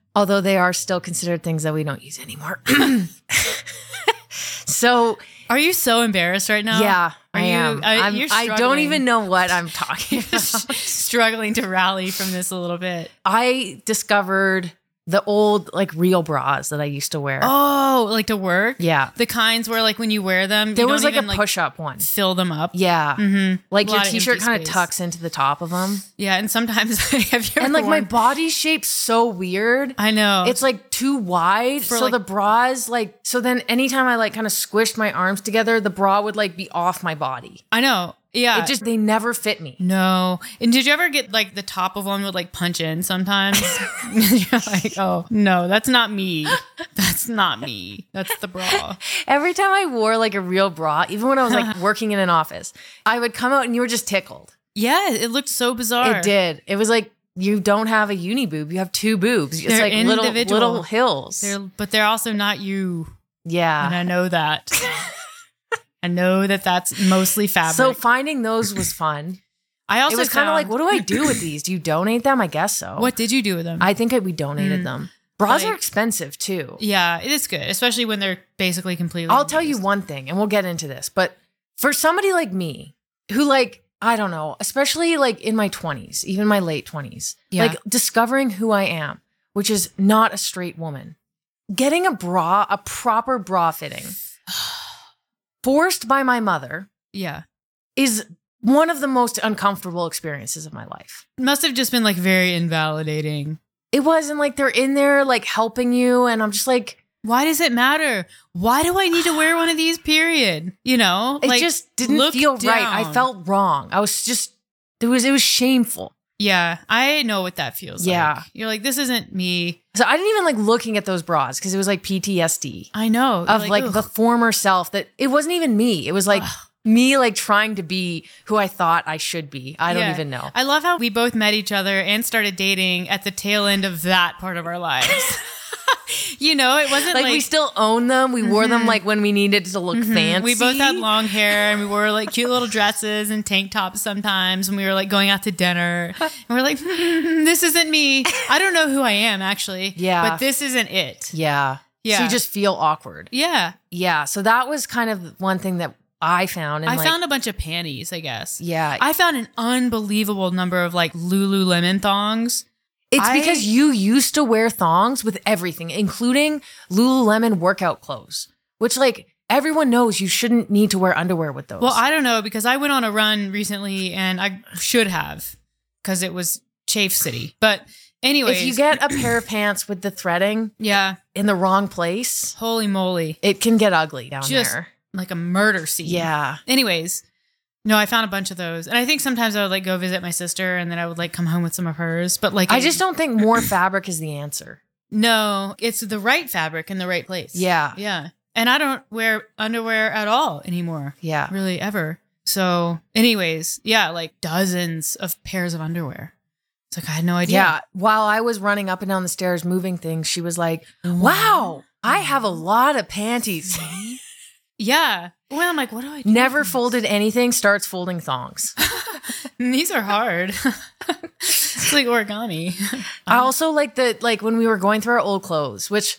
Speaker 2: although they are still considered things that we don't use anymore. so,
Speaker 3: Are you so embarrassed right now?
Speaker 2: yeah,
Speaker 3: Are
Speaker 2: I
Speaker 3: you-
Speaker 2: am.
Speaker 3: uh,
Speaker 2: I'm-
Speaker 3: you're
Speaker 2: I don't
Speaker 3: struggling.
Speaker 2: even know what I'm talking about.
Speaker 3: struggling to rally from this a little bit.
Speaker 2: I discovered the old like real bras that I used to wear.
Speaker 3: Oh, like to work?
Speaker 2: yeah.
Speaker 3: The kinds where like when you wear them,
Speaker 2: There
Speaker 3: you
Speaker 2: was
Speaker 3: don't
Speaker 2: like a
Speaker 3: even,
Speaker 2: push up one.
Speaker 3: fill them up.
Speaker 2: Yeah.
Speaker 3: Mm-hmm.
Speaker 2: Like
Speaker 3: A
Speaker 2: your
Speaker 3: lot of
Speaker 2: t shirt
Speaker 3: empty
Speaker 2: kind of
Speaker 3: space.
Speaker 2: tucks into the top of them.
Speaker 3: Yeah, and sometimes like, have you ever
Speaker 2: And like my
Speaker 3: worn-
Speaker 2: body shape's so weird.
Speaker 3: I know
Speaker 2: It's like too wide.
Speaker 3: Uh-huh. For,
Speaker 2: so
Speaker 3: like-
Speaker 2: the bras, like, so then anytime I like kind of squished my arms together, the bra would like be off my body.
Speaker 3: I know. Yeah.
Speaker 2: It just, they never fit me.
Speaker 3: no. And did you ever get like the top of one would like punch in sometimes? You're like, oh no, that's not me. That's not me. That's the bra.
Speaker 2: Every time I wore like a real bra, even when I was like working in an office, I would come out and you were just tickled.
Speaker 3: Yeah, it looked so bizarre.
Speaker 2: It did. It was like you don't have a uni boob. You have two boobs. It's
Speaker 3: They're
Speaker 2: like little
Speaker 3: individual.
Speaker 2: little hills.
Speaker 3: They're, but they're also not you, and
Speaker 2: yeah.
Speaker 3: I know that. I know that that's mostly fabric.
Speaker 2: So finding those was fun.
Speaker 3: I also
Speaker 2: it was kind of
Speaker 3: found-
Speaker 2: like, what do I do with these? Do you donate them? I guess so.
Speaker 3: What did you do with them?
Speaker 2: I think we donated
Speaker 3: Mm.
Speaker 2: them. Bras are
Speaker 3: Like-
Speaker 2: expensive too.
Speaker 3: yeah, it is good, especially when they're basically completely.
Speaker 2: I'll tell you
Speaker 3: unused.
Speaker 2: one thing, and we'll get into this, but for somebody like me, who like I don't know, especially like in my twenties, even my late twenties,
Speaker 3: Yeah.
Speaker 2: like discovering who I am, which is not a straight woman, getting a bra, a proper bra fitting, forced by my mother,
Speaker 3: Yeah,
Speaker 2: is one of the most uncomfortable experiences of my life.
Speaker 3: must have just been like very invalidating.
Speaker 2: It wasn't like they're in there like helping you, and I'm just like,
Speaker 3: Why does it matter? Why do I need to wear one of these? Period. You know,
Speaker 2: it just didn't
Speaker 3: look
Speaker 2: feel right. I
Speaker 3: down.
Speaker 2: felt wrong. I was just it was it was shameful.
Speaker 3: Yeah, I know what that feels.
Speaker 2: Yeah.
Speaker 3: like. you're like this isn't me.
Speaker 2: So I didn't even like looking at those bras because it was like PTSD
Speaker 3: I know You're
Speaker 2: of like, the
Speaker 3: ugh.
Speaker 2: former self that it wasn't even me. It was like me like trying to be who I thought I should be. I don't
Speaker 3: Yeah.
Speaker 2: even know.
Speaker 3: I love how we both met each other and started dating at the tail end of that part of our lives. you know, it wasn't
Speaker 2: Like,
Speaker 3: like,
Speaker 2: we still own them. We wore them
Speaker 3: Mhm.
Speaker 2: like when we needed to look
Speaker 3: Mhm.
Speaker 2: fancy.
Speaker 3: We both had long hair and we wore like cute little dresses and tank tops sometimes. And we were like going out to dinner and we're like, "Hmm, this isn't me. I don't know who I am actually.
Speaker 2: Yeah.
Speaker 3: But this isn't it.
Speaker 2: Yeah.
Speaker 3: Yeah.
Speaker 2: So you just feel awkward.
Speaker 3: yeah.
Speaker 2: Yeah. So that was kind of one thing that I found. And
Speaker 3: I
Speaker 2: like,
Speaker 3: found a bunch of panties, I guess.
Speaker 2: Yeah.
Speaker 3: I found an unbelievable number of like Lululemon thongs.
Speaker 2: it's
Speaker 3: I-
Speaker 2: because you used to wear thongs with everything, including Lululemon workout clothes, which like everyone knows you shouldn't need to wear underwear with those.
Speaker 3: Well, I don't know because I went on a run recently and I should have because it was Chafe City. But anyways,
Speaker 2: if you get a pair of pants with the threading
Speaker 3: yeah,
Speaker 2: in the wrong place,
Speaker 3: holy moly,
Speaker 2: it can get ugly down
Speaker 3: Just-
Speaker 2: there.
Speaker 3: like a murder scene.
Speaker 2: Yeah.
Speaker 3: Anyways, no, I found a bunch of those, and I think sometimes I would like go visit my sister, and then I would like come home with some of hers. But like,
Speaker 2: I just don't think more fabric is the answer.
Speaker 3: No, it's the right fabric in the right place.
Speaker 2: Yeah.
Speaker 3: yeah. And I don't wear underwear at all anymore,
Speaker 2: Yeah.
Speaker 3: really ever. So, anyways, yeah, like dozens of pairs of underwear. It's like I had no idea.
Speaker 2: Yeah. While I was running up and down the stairs moving things, she was like,
Speaker 3: Mm-hmm.
Speaker 2: Wow, I have a lot of panties.
Speaker 3: Yeah. Well, I'm like, what do I do?
Speaker 2: Never
Speaker 3: with these?
Speaker 2: folded anything, starts folding thongs.
Speaker 3: And These are hard. it's like origami.
Speaker 2: I
Speaker 3: Um,
Speaker 2: also like that, like when we were going through our old clothes, which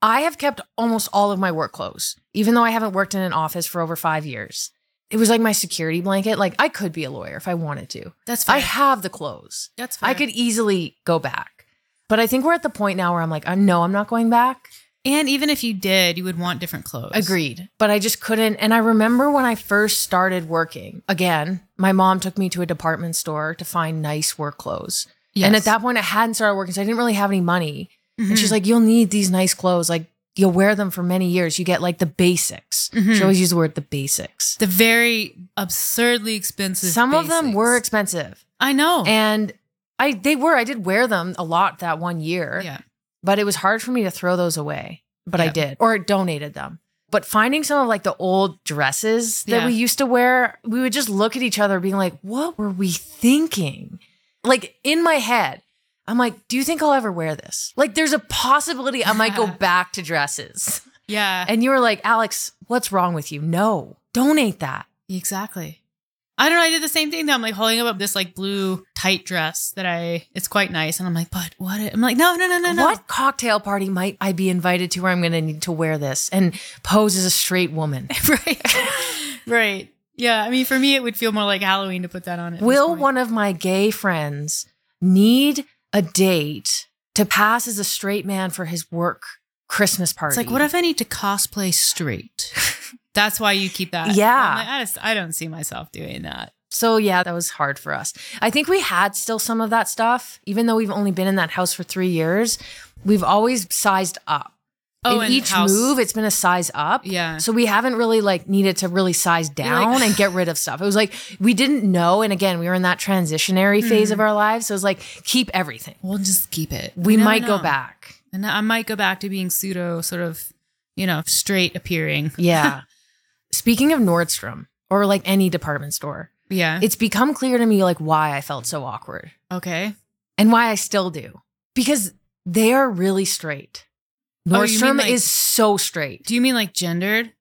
Speaker 2: I have kept almost all of my work clothes, even though I haven't worked in an office for over five years. It was like my security blanket. Like I could be a lawyer if I wanted to.
Speaker 3: That's
Speaker 2: I
Speaker 3: fine.
Speaker 2: have the clothes.
Speaker 3: That's fine.
Speaker 2: I could easily go back. But I think we're at the point now where I'm like, uh, no, I'm not going back.
Speaker 3: And even if you did, you would want different clothes.
Speaker 2: Agreed. But I just couldn't. And I remember when I first started working, again, my mom took me to a department store to find nice work clothes.
Speaker 3: Yes.
Speaker 2: And at that point, I hadn't started working, so I didn't really have any money.
Speaker 3: Mhm.
Speaker 2: And she's like, You'll need these nice clothes. Like, you'll wear them for many years. You get like the basics.
Speaker 3: Mhm.
Speaker 2: She always used the word the basics.
Speaker 3: the very absurdly expensive.
Speaker 2: Some of them
Speaker 3: basics. Oh.
Speaker 2: were expensive.
Speaker 3: I know.
Speaker 2: And I they were. I did wear them a lot that one year.
Speaker 3: yeah.
Speaker 2: but it was hard for me to throw those away. But I
Speaker 3: Yeah.
Speaker 2: did, or donated them. But finding some of like the old dresses that
Speaker 3: Yeah.
Speaker 2: we used to wear, we would just look at each other, being like, "What were we thinking?" Like in my head, I'm like, "Do you think I'll ever wear this?" Like, there's a possibility I might go back to dresses.
Speaker 3: Yeah.
Speaker 2: And you were like, "Alex, what's wrong with you? No, donate that."
Speaker 3: exactly. I don't know. I did the same thing though. I'm like holding up this like blue tight dress that I, it's quite nice. And I'm like, but what? I'm like, no, no, no, no, no.
Speaker 2: What cocktail party might I be invited to where I'm going to need to wear this and pose as a straight woman?
Speaker 3: right. right. Yeah. I mean, for me, it would feel more like Halloween to put that on. At this
Speaker 2: Will
Speaker 3: point.
Speaker 2: one of my gay friends need a date to pass as a straight man for his work Christmas party?
Speaker 3: It's like, what if I need to cosplay straight? That's why you keep that.
Speaker 2: Yeah.
Speaker 3: I'm like, I, just, I don't see myself doing that.
Speaker 2: So yeah, that was hard for us. I think we had still some of that stuff, even though we've only been in that house for three years. We've always sized up. in
Speaker 3: Oh, and
Speaker 2: each
Speaker 3: house-
Speaker 2: move, it's been a size up.
Speaker 3: Yeah.
Speaker 2: So we haven't really like needed to really size down and get rid of stuff. It was like we didn't know, and again, we were in that
Speaker 3: Hmm.
Speaker 2: transitionary phase of our lives. So it was like keep everything.
Speaker 3: We'll just keep it.
Speaker 2: We
Speaker 3: never
Speaker 2: might go
Speaker 3: know.
Speaker 2: back.
Speaker 3: And I might go back to being pseudo sort of, you know, straight appearing.
Speaker 2: Yeah. Speaking of Nordstrom or like any department store,
Speaker 3: Yeah.
Speaker 2: it's become clear to me like why I felt so awkward
Speaker 3: okay.
Speaker 2: and why I still do because they are really straight.
Speaker 3: Oh, you mean,
Speaker 2: Nordstrom
Speaker 3: like-
Speaker 2: is so straight.
Speaker 3: Do you mean like gendered?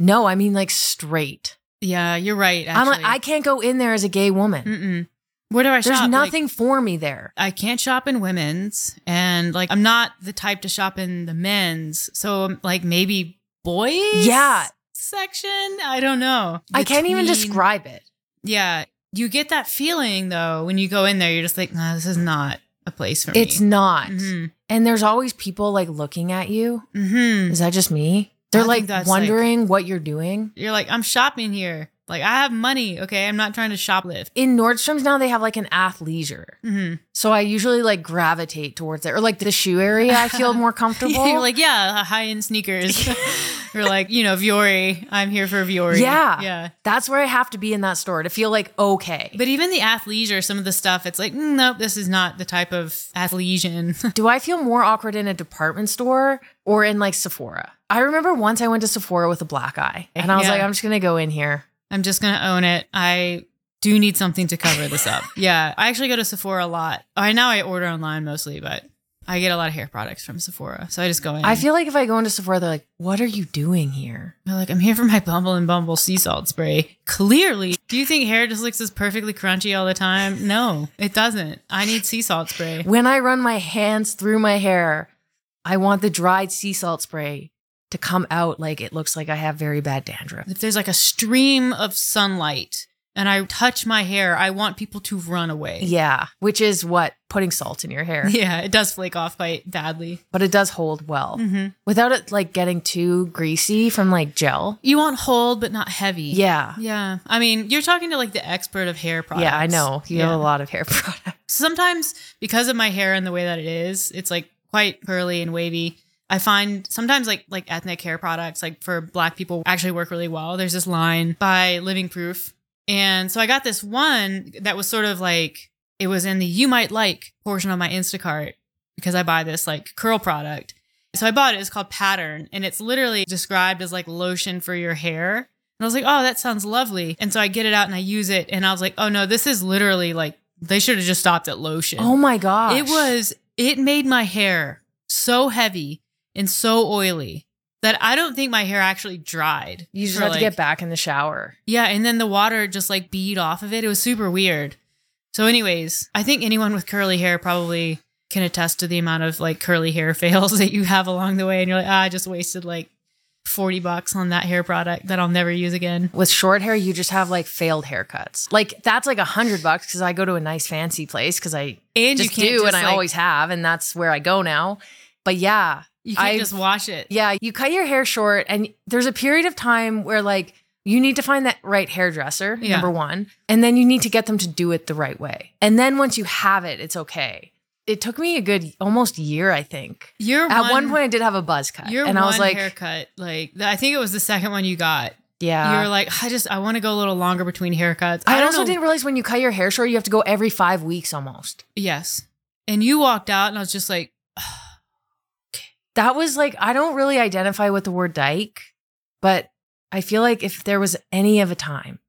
Speaker 2: no, I mean like straight.
Speaker 3: Yeah, you're right.
Speaker 2: I'm
Speaker 3: Actually.
Speaker 2: like, I can't go in there as a gay woman.
Speaker 3: Mm-mm. Where do I
Speaker 2: There's
Speaker 3: shop? Like,
Speaker 2: nothing for me there.
Speaker 3: I can't shop in women's, and like I'm not the type to shop in the men's. So um, like maybe boys.
Speaker 2: Yeah.
Speaker 3: Section. I don't know.
Speaker 2: I can't even
Speaker 3: Between-
Speaker 2: describe it.
Speaker 3: Yeah. You get that feeling though when you go in there. You're just like, nah, this is not a place for me.
Speaker 2: It's not.
Speaker 3: Mhm.
Speaker 2: And there's always people like looking at you.
Speaker 3: Mhm.
Speaker 2: Is that just me?
Speaker 3: I
Speaker 2: They're
Speaker 3: think
Speaker 2: like
Speaker 3: that's, like-
Speaker 2: wondering what you're doing.
Speaker 3: You're like, I'm shopping here. Like I have money. Okay, I'm not trying to shoplift.
Speaker 2: In Nordstrom's now, they have like an athleisure.
Speaker 3: Mm-hmm.
Speaker 2: So I usually like gravitate towards it or like the shoe area. I feel more comfortable.
Speaker 3: You're like, yeah, high end sneakers. You're like, you know, Viore. I'm here for Viore.
Speaker 2: Yeah.
Speaker 3: Yeah.
Speaker 2: that's where I have to be in that store to feel like okay.
Speaker 3: But even the athleisure, some of the stuff, it's like, mm, nope, this is not the type of athleisure.
Speaker 2: do I feel more awkward in a department store or in like Sephora? I remember once I went to Sephora with a black eye and I was
Speaker 3: Yeah.
Speaker 2: like, I'm just gonna go in here.
Speaker 3: I'm just going to own it. I do need something to cover this up. yeah. I actually go to Sephora a lot. I now I order online mostly, but I get a lot of hair products from Sephora, so I just go in.
Speaker 2: I feel like if I go into Sephora, they're like, "What are you doing here?"
Speaker 3: They're like I'm here for my Bumble and Bumble sea salt spray. Clearly, do you think hair just looks as perfectly crunchy all the time? No, it doesn't. I need sea salt spray.
Speaker 2: When I run my hands through my hair, I want the dried sea salt spray to come out like it looks like I have very bad dandruff.
Speaker 3: If there's like a stream of sunlight and I touch my hair, I want people to run away.
Speaker 2: Yeah, which is what putting salt in your hair,
Speaker 3: Yeah, it does flake off quite badly.
Speaker 2: but it does hold well
Speaker 3: Mm-hmm.
Speaker 2: without it like getting too greasy from like gel.
Speaker 3: You want hold, but not heavy.
Speaker 2: Yeah.
Speaker 3: Yeah. I mean, you're talking to like the expert of hair products.
Speaker 2: Yeah, I know. You
Speaker 3: Yeah.
Speaker 2: have a lot of hair products.
Speaker 3: Sometimes because of my hair and the way that it is, it's like quite curly and wavy. I find sometimes like like ethnic hair products like for black people actually work really well. There's this line by Living Proof. And so I got this one that was sort of like it was in the you might like portion of my Instacart because I buy this like curl product. So I bought it. It's called Pattern, and it's literally described as like lotion for your hair. And I was like, oh, that sounds lovely. And so I get it out and I use it, and I was like, oh no, this is literally like they should have just stopped at lotion.
Speaker 2: Oh my gosh.
Speaker 3: It was, it made my hair so heavy and so oily that I don't think my hair actually dried.
Speaker 2: You just
Speaker 3: for,
Speaker 2: have to
Speaker 3: like-
Speaker 2: get back in the shower.
Speaker 3: Yeah. And then the water just like bead off of it. It was super weird. So, anyways, I think anyone with curly hair probably can attest to the amount of like curly hair fails that you have along the way. And you're like, ah, I just wasted like 40 bucks on that hair product that I'll never use again.
Speaker 2: With short hair, you just have like failed haircuts. Like that's like a hundred bucks because I go to a nice fancy place because I
Speaker 3: And
Speaker 2: just
Speaker 3: you can't
Speaker 2: do
Speaker 3: just,
Speaker 2: and I
Speaker 3: like-
Speaker 2: always have, and that's where I go now. But yeah,
Speaker 3: you can't
Speaker 2: I've-
Speaker 3: just wash it.
Speaker 2: yeah, you cut your hair short, and there's a period of time where like you need to find that right hairdresser,
Speaker 3: Yeah.
Speaker 2: number one, and then you need to get them to do it the right way. And then once you have it, it's okay. It took me a good almost year, I think.
Speaker 3: You're
Speaker 2: At one point, I did have a buzz cut,
Speaker 3: Your
Speaker 2: and
Speaker 3: one
Speaker 2: I was like,
Speaker 3: haircut, like th- I think it was the second one you got. you
Speaker 2: yeah.
Speaker 3: were like, I just I want to go a little longer between haircuts.
Speaker 2: I,
Speaker 3: don't
Speaker 2: also
Speaker 3: know-
Speaker 2: didn't realize when you cut your hair short, you have to go every five weeks almost.
Speaker 3: Yes, and you walked out, and I was just like,
Speaker 2: That was like, I don't really identify with the word dyke, but I feel like if there was any of a time,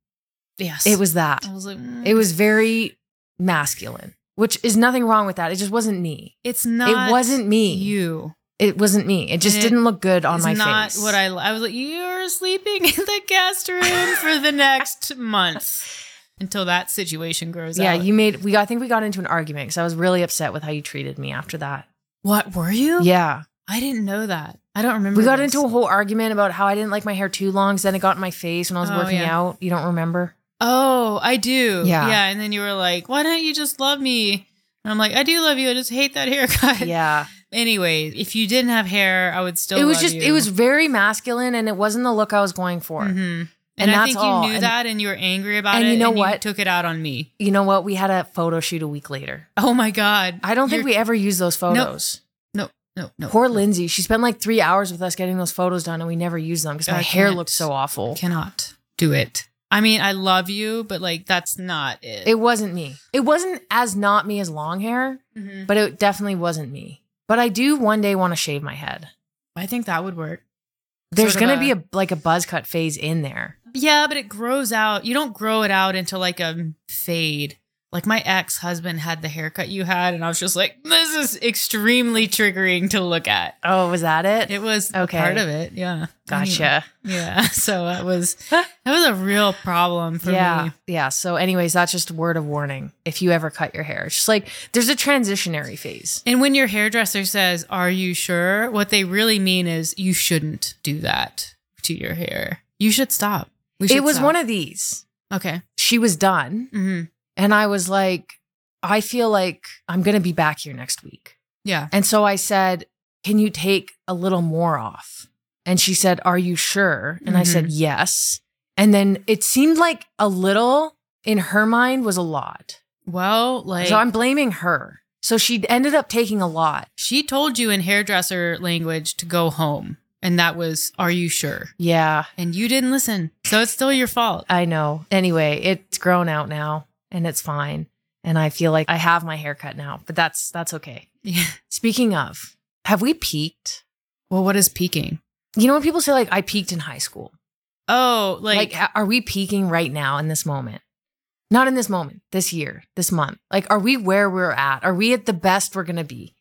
Speaker 3: yes,
Speaker 2: it was that.
Speaker 3: I was like, "Mm,
Speaker 2: It was very masculine, which is nothing wrong with that. It just wasn't me.
Speaker 3: It's not.
Speaker 2: it wasn't me.
Speaker 3: you.
Speaker 2: It wasn't me. It just
Speaker 3: It
Speaker 2: didn't look good on
Speaker 3: it's
Speaker 2: my
Speaker 3: not
Speaker 2: face.
Speaker 3: what I. I was like, you're sleeping in the guest room for the next month until that situation grows
Speaker 2: yeah,
Speaker 3: out.
Speaker 2: you made we. I think we got into an argument because I was really upset with how you treated me after that.
Speaker 3: What were you?
Speaker 2: Yeah,
Speaker 3: I didn't know that. I don't Oh, remember.
Speaker 2: we got
Speaker 3: this.
Speaker 2: into a whole argument about how I didn't like my hair too long. 'cause Then it got in my face when I was
Speaker 3: Oh,
Speaker 2: working
Speaker 3: yeah.
Speaker 2: out. You don't remember?
Speaker 3: Oh, I do.
Speaker 2: Yeah.
Speaker 3: Yeah. And then you were like, why don't you just love me? And I'm like, I do love you. I just hate that haircut.
Speaker 2: Yeah,
Speaker 3: anyway, if you didn't have hair, I would still
Speaker 2: it was
Speaker 3: love
Speaker 2: just
Speaker 3: you.
Speaker 2: it was very masculine, and it wasn't the look I was going for.
Speaker 3: Mhm. And,
Speaker 2: And
Speaker 3: I
Speaker 2: that's
Speaker 3: think
Speaker 2: all.
Speaker 3: you knew
Speaker 2: And-
Speaker 3: that and you were angry about
Speaker 2: and
Speaker 3: it.
Speaker 2: you know
Speaker 3: and You
Speaker 2: what?
Speaker 3: took it out on me.
Speaker 2: You know what? We had a photo shoot a week later.
Speaker 3: Oh my God.
Speaker 2: I don't think
Speaker 3: You're-
Speaker 2: we ever used those photos.
Speaker 3: No, no, no.
Speaker 2: Poor
Speaker 3: no.
Speaker 2: Lindsay. She spent like three hours with us getting those photos done, and we never used them because my
Speaker 3: I
Speaker 2: hair
Speaker 3: can't.
Speaker 2: looked so awful.
Speaker 3: Cannot do it. I mean, I love you, but like, that's not it.
Speaker 2: It wasn't me. It wasn't as not me as long hair,
Speaker 3: Mhm.
Speaker 2: but it definitely wasn't me. But I do one day want to shave my head.
Speaker 3: I think that would work.
Speaker 2: There's
Speaker 3: Sort of
Speaker 2: gonna be a like a buzz cut phase in there.
Speaker 3: Yeah, but it grows out. You don't grow it out into like a fade. Like my ex husband had the haircut you had, and I was just like, this is extremely triggering to look at.
Speaker 2: Oh, was that it?
Speaker 3: It was a
Speaker 2: Okay.
Speaker 3: part of it. Yeah. Anyway,
Speaker 2: gotcha.
Speaker 3: yeah. So that was that was a real problem for
Speaker 2: yeah,
Speaker 3: me.
Speaker 2: yeah. So, anyways, that's just a word of warning if you ever cut your hair. It's just like there's a transitionary phase.
Speaker 3: And when your hairdresser says, Are you sure? What they really mean is you shouldn't do that to your hair. You should stop. We should
Speaker 2: It was
Speaker 3: stop.
Speaker 2: one of these.
Speaker 3: Okay.
Speaker 2: She was done.
Speaker 3: hmm
Speaker 2: And I was like, I feel like I'm going to be back here next week.
Speaker 3: Yeah.
Speaker 2: And so I said, Can you take a little more off? And she said, Are you sure? And I
Speaker 3: Mm-hmm.
Speaker 2: said, Yes. And then it seemed like a little in her mind was a lot.
Speaker 3: Well, like
Speaker 2: so I'm blaming her. So she ended up taking a lot.
Speaker 3: She told you in hairdresser language to go home. And that was, are you sure?
Speaker 2: Yeah,
Speaker 3: And you didn't listen. So it's still your fault.
Speaker 2: I know. Anyway, it's grown out now and it's fine. And I feel like I have my haircut now, but that's that's okay.
Speaker 3: Yeah.
Speaker 2: Speaking of, have we peaked?
Speaker 3: Well, what is peaking?
Speaker 2: You know when people say like I peaked in high school.
Speaker 3: Oh,
Speaker 2: Like,
Speaker 3: like,
Speaker 2: a- are we peaking right now in this moment? Not in this moment, this year, this month. Like, are we where we're at? Are we at the best we're going to be?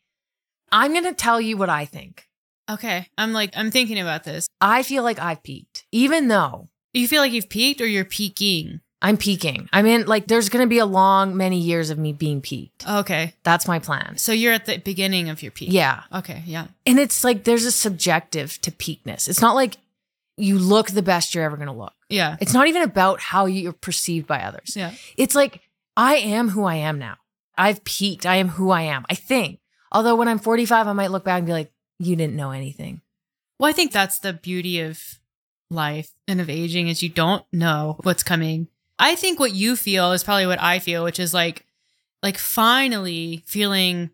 Speaker 2: I'm going to tell you what I think.
Speaker 3: Okay. I'm like, I'm thinking about this.
Speaker 2: I feel like I've peaked, even though
Speaker 3: You feel like you've peaked or you're peaking?
Speaker 2: I'm peaking. I mean, like, there's going to be a long, many years of me being peaked.
Speaker 3: Okay.
Speaker 2: That's my plan.
Speaker 3: So you're at the beginning of your peak.
Speaker 2: Yeah.
Speaker 3: Okay. Yeah.
Speaker 2: And it's like there's a subjective to peakness. It's not like you look the best you're ever going to look.
Speaker 3: Yeah.
Speaker 2: It's not even about how you're perceived by others.
Speaker 3: Yeah.
Speaker 2: It's like I am who I am now. I've peaked. I am who I am. I think. Although when I'm 45, I might look back and be like, you didn't know anything.
Speaker 3: Well, I think that's the beauty of life and of aging is you don't know what's coming. I think what you feel is probably what I feel, which is like like finally feeling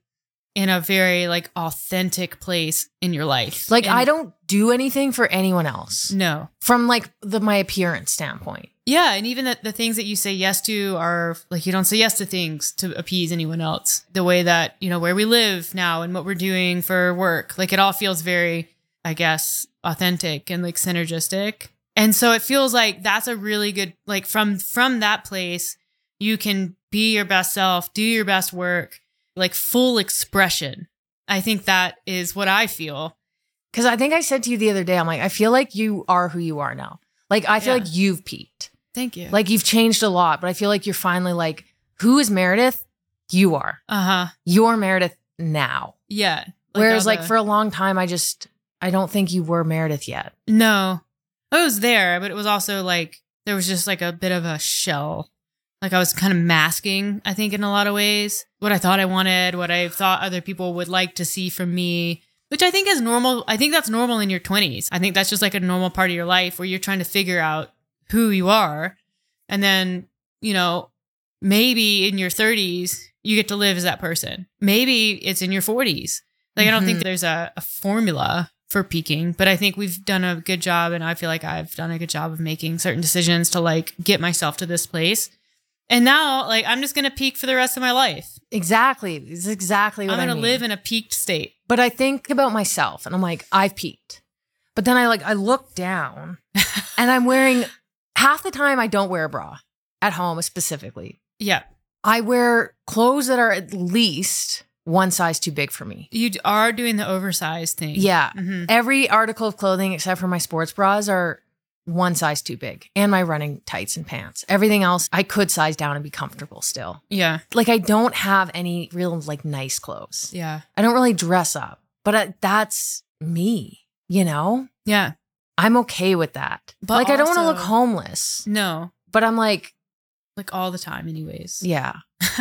Speaker 3: in a very like authentic place in your life.
Speaker 2: Like
Speaker 3: And-
Speaker 2: I don't do anything for anyone else
Speaker 3: no.
Speaker 2: from like the my appearance standpoint.
Speaker 3: Yeah, and even that the things that you say yes to are like you don't say yes to things to appease anyone else. The way that, you know, where we live now and what we're doing for work, like it all feels very, I guess, authentic and like synergistic. And so it feels like that's a really good like from from that place you can be your best self, do your best work, like full expression. I think that is what I feel.
Speaker 2: Cause I think I said to you the other day, I'm like, I feel like you are who you are now. Like I feel
Speaker 3: Yeah.
Speaker 2: like you've peaked.
Speaker 3: Thank you. Like
Speaker 2: Like you've changed a lot, but I feel like you're finally like, who is Meredith? You are.
Speaker 3: uh-huh.
Speaker 2: You're Meredith now.
Speaker 3: Yeah.
Speaker 2: Whereas
Speaker 3: all
Speaker 2: like
Speaker 3: the-
Speaker 2: for a long time, I just I don't think you were Meredith yet.
Speaker 3: No, I was there, but it was also like there was just like a bit of a shell. Like I was kind of masking, I think, in a lot of ways, what I thought I wanted, what I thought other people would like to see from me, which I think is normal. I think that's normal in your 20s. I think that's just like a normal part of your life where you're trying to figure out who you are. And then, you know, maybe in your 30s, you get to live as that person. Maybe it's in your 40s. Like, I don't
Speaker 2: Mm-hmm.
Speaker 3: think there's a, a formula for peaking, but I think we've done a good job. And I feel like I've done a good job of making certain decisions to like get myself to this place. And now, like, I'm just going to peak for the rest of my life.
Speaker 2: Exactly. This is exactly
Speaker 3: I'm
Speaker 2: what
Speaker 3: going to
Speaker 2: I mean.
Speaker 3: live in a peaked state.
Speaker 2: But I think about myself and I'm like, I've peaked. But then I like I look down and I'm wearing half the time I don't wear a bra at home specifically.
Speaker 3: Yeah.
Speaker 2: I wear clothes that are at least one size too big for me.
Speaker 3: You d- are doing the oversized thing.
Speaker 2: Yeah.
Speaker 3: Mhm.
Speaker 2: Every article of clothing except for my sports bras are one size too big and my running tights and pants. Everything else I could size down and be comfortable still.
Speaker 3: Yeah.
Speaker 2: Like I don't have any real like nice clothes.
Speaker 3: Yeah.
Speaker 2: I don't really dress up, but uh that's me, you know?
Speaker 3: Yeah.
Speaker 2: I'm okay with that.
Speaker 3: But
Speaker 2: like I don't want to
Speaker 3: also-
Speaker 2: look homeless,
Speaker 3: No.
Speaker 2: but I'm like,
Speaker 3: Like all the time, anyways.
Speaker 2: yeah.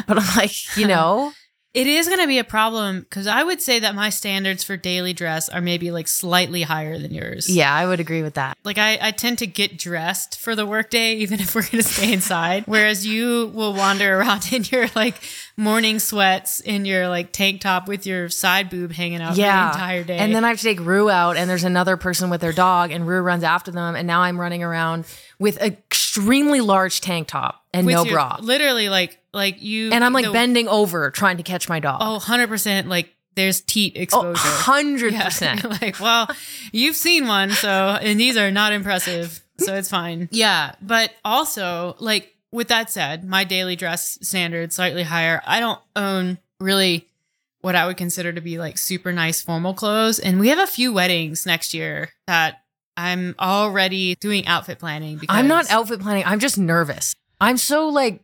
Speaker 2: But I'm like, you know,
Speaker 3: It is going to be a problem because I would say that my standards for daily dress are maybe like slightly higher than yours.
Speaker 2: yeah, I would agree with that.
Speaker 3: Like I, I tend to get dressed for the workday, even if we're going to stay inside. Whereas you will wander around in your like morning sweats, in your like tank top with your side boob hanging out
Speaker 2: Yeah.
Speaker 3: for the entire day.
Speaker 2: And then I have to take Rue out, and there's another person with their dog, and Rue runs after them. And now I'm running around with an extremely large tank top and
Speaker 3: With
Speaker 2: no
Speaker 3: your-
Speaker 2: bra.
Speaker 3: literally like like you
Speaker 2: And I'm like
Speaker 3: the-
Speaker 2: bending over trying to catch my dog.
Speaker 3: oh 100 percent like there's teat
Speaker 2: Oh,
Speaker 3: exposure.
Speaker 2: 100%.
Speaker 3: Yeah. like, well, you've seen one, so and these are not impressive, so it's fine. Yeah, but also like with that said, my daily dress standard slightly higher. I don't own really what I would consider to be like super nice formal clothes, and we have a few weddings next year that I'm already doing outfit planning because
Speaker 2: I'm not outfit planning. I'm just nervous. I'm so like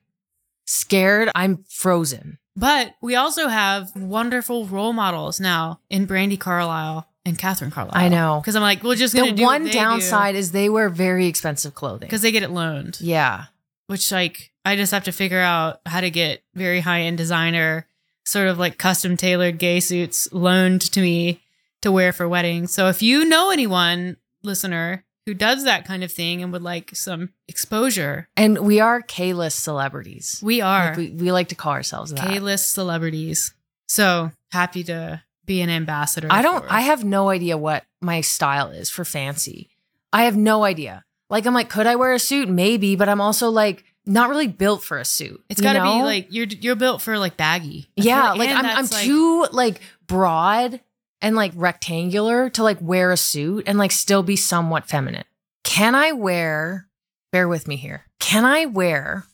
Speaker 2: scared. I'm frozen.
Speaker 3: But we also have wonderful role models now in Brandy Carlisle and Catherine Carlisle.
Speaker 2: I know.
Speaker 3: because I'm like, we're just gonna
Speaker 2: The
Speaker 3: do what
Speaker 2: one
Speaker 3: they do.
Speaker 2: downside is they wear very expensive clothing.
Speaker 3: because they get it loaned,
Speaker 2: Yeah.
Speaker 3: which like I just have to figure out how to get very high end designer, sort of like custom tailored gay suits loaned to me to wear for weddings. So if you know anyone, listener, who does that kind of thing and would like some exposure,
Speaker 2: And we are K list celebrities.
Speaker 3: we are
Speaker 2: Like, we, we like to call ourselves that.
Speaker 3: K list celebrities. So happy to be an ambassador.
Speaker 2: I don't,
Speaker 3: for-
Speaker 2: I have no idea what my style is for fancy. I have no idea. Like, I'm like, could I wear a suit? Maybe, but I'm also like, not really built for a suit.
Speaker 3: It's
Speaker 2: you
Speaker 3: got to
Speaker 2: know?
Speaker 3: be like you're you're built for like baggy. I feel
Speaker 2: yeah, like
Speaker 3: and
Speaker 2: I'm, I'm
Speaker 3: that's, like-
Speaker 2: too like broad and like rectangular to like wear a suit and like still be somewhat feminine. Can I wear, bear with me here, can I wear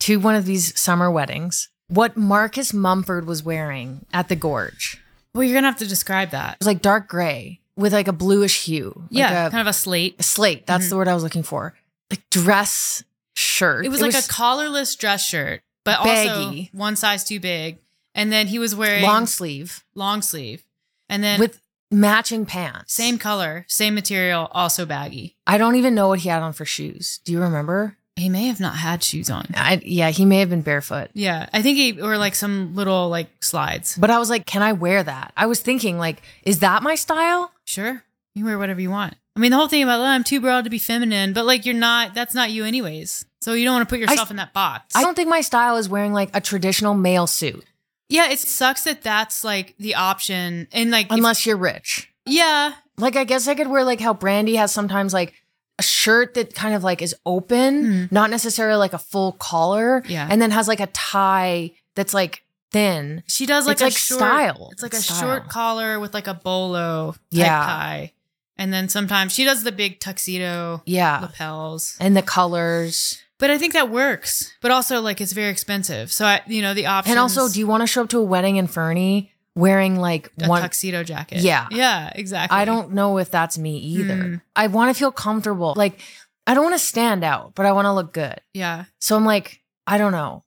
Speaker 2: to one of these summer weddings what Marcus Mumford was wearing at the Gorge?
Speaker 3: Well, you're gonna have to describe that.
Speaker 2: It was like dark gray with like a bluish hue. like
Speaker 3: yeah,
Speaker 2: a-
Speaker 3: kind of a slate.
Speaker 2: a slate. That's the word I was looking for. Like dress shirt.
Speaker 3: It was like a collarless dress shirt, but
Speaker 2: Baggy.
Speaker 3: also one size too big. And then he was wearing
Speaker 2: long sleeve
Speaker 3: long sleeve, and then
Speaker 2: with matching pants.
Speaker 3: same color, same material, also baggy.
Speaker 2: I don't even know what he had on for shoes. Do you remember?
Speaker 3: He may have not had shoes on.
Speaker 2: I, yeah, he may have been barefoot.
Speaker 3: Yeah, I think he or like some little like slides.
Speaker 2: But I was like, can I wear that? I was thinking, like, is that my style?
Speaker 3: Sure, you wear whatever you want. I mean, the whole thing about "Oh, I'm too broad to be feminine, but like you're not. That's not you, anyways. So you don't want to put yourself in that box.
Speaker 2: I don't think my style is wearing like a traditional male suit
Speaker 3: yeah, it sucks that that's like the option, and like if-
Speaker 2: unless you're rich.
Speaker 3: yeah,
Speaker 2: Like, I guess I could wear like how Brandy has sometimes like a shirt that kind of like is open,
Speaker 3: Mhm.
Speaker 2: not necessarily like a full collar,
Speaker 3: Yeah.
Speaker 2: and then has like a tie that's like thin.
Speaker 3: she does like
Speaker 2: It's
Speaker 3: a
Speaker 2: like
Speaker 3: short,
Speaker 2: style.
Speaker 3: It's like a
Speaker 2: It's style.
Speaker 3: short collar with like a bolo type
Speaker 2: Yeah.
Speaker 3: tie, and then sometimes she does the big tuxedo
Speaker 2: Yeah.
Speaker 3: lapels.
Speaker 2: And the colors.
Speaker 3: But I think that works. But also like it's very expensive. So I, you know, the option
Speaker 2: And also, do you want to show up to a wedding in Fernie wearing like
Speaker 3: a
Speaker 2: one?
Speaker 3: tuxedo jacket.
Speaker 2: Yeah.
Speaker 3: Yeah, exactly.
Speaker 2: I don't know if that's me either.
Speaker 3: Hmm.
Speaker 2: I want to feel comfortable. Like, I don't want to stand out, but I want to look good.
Speaker 3: Yeah.
Speaker 2: So I'm like, I don't know.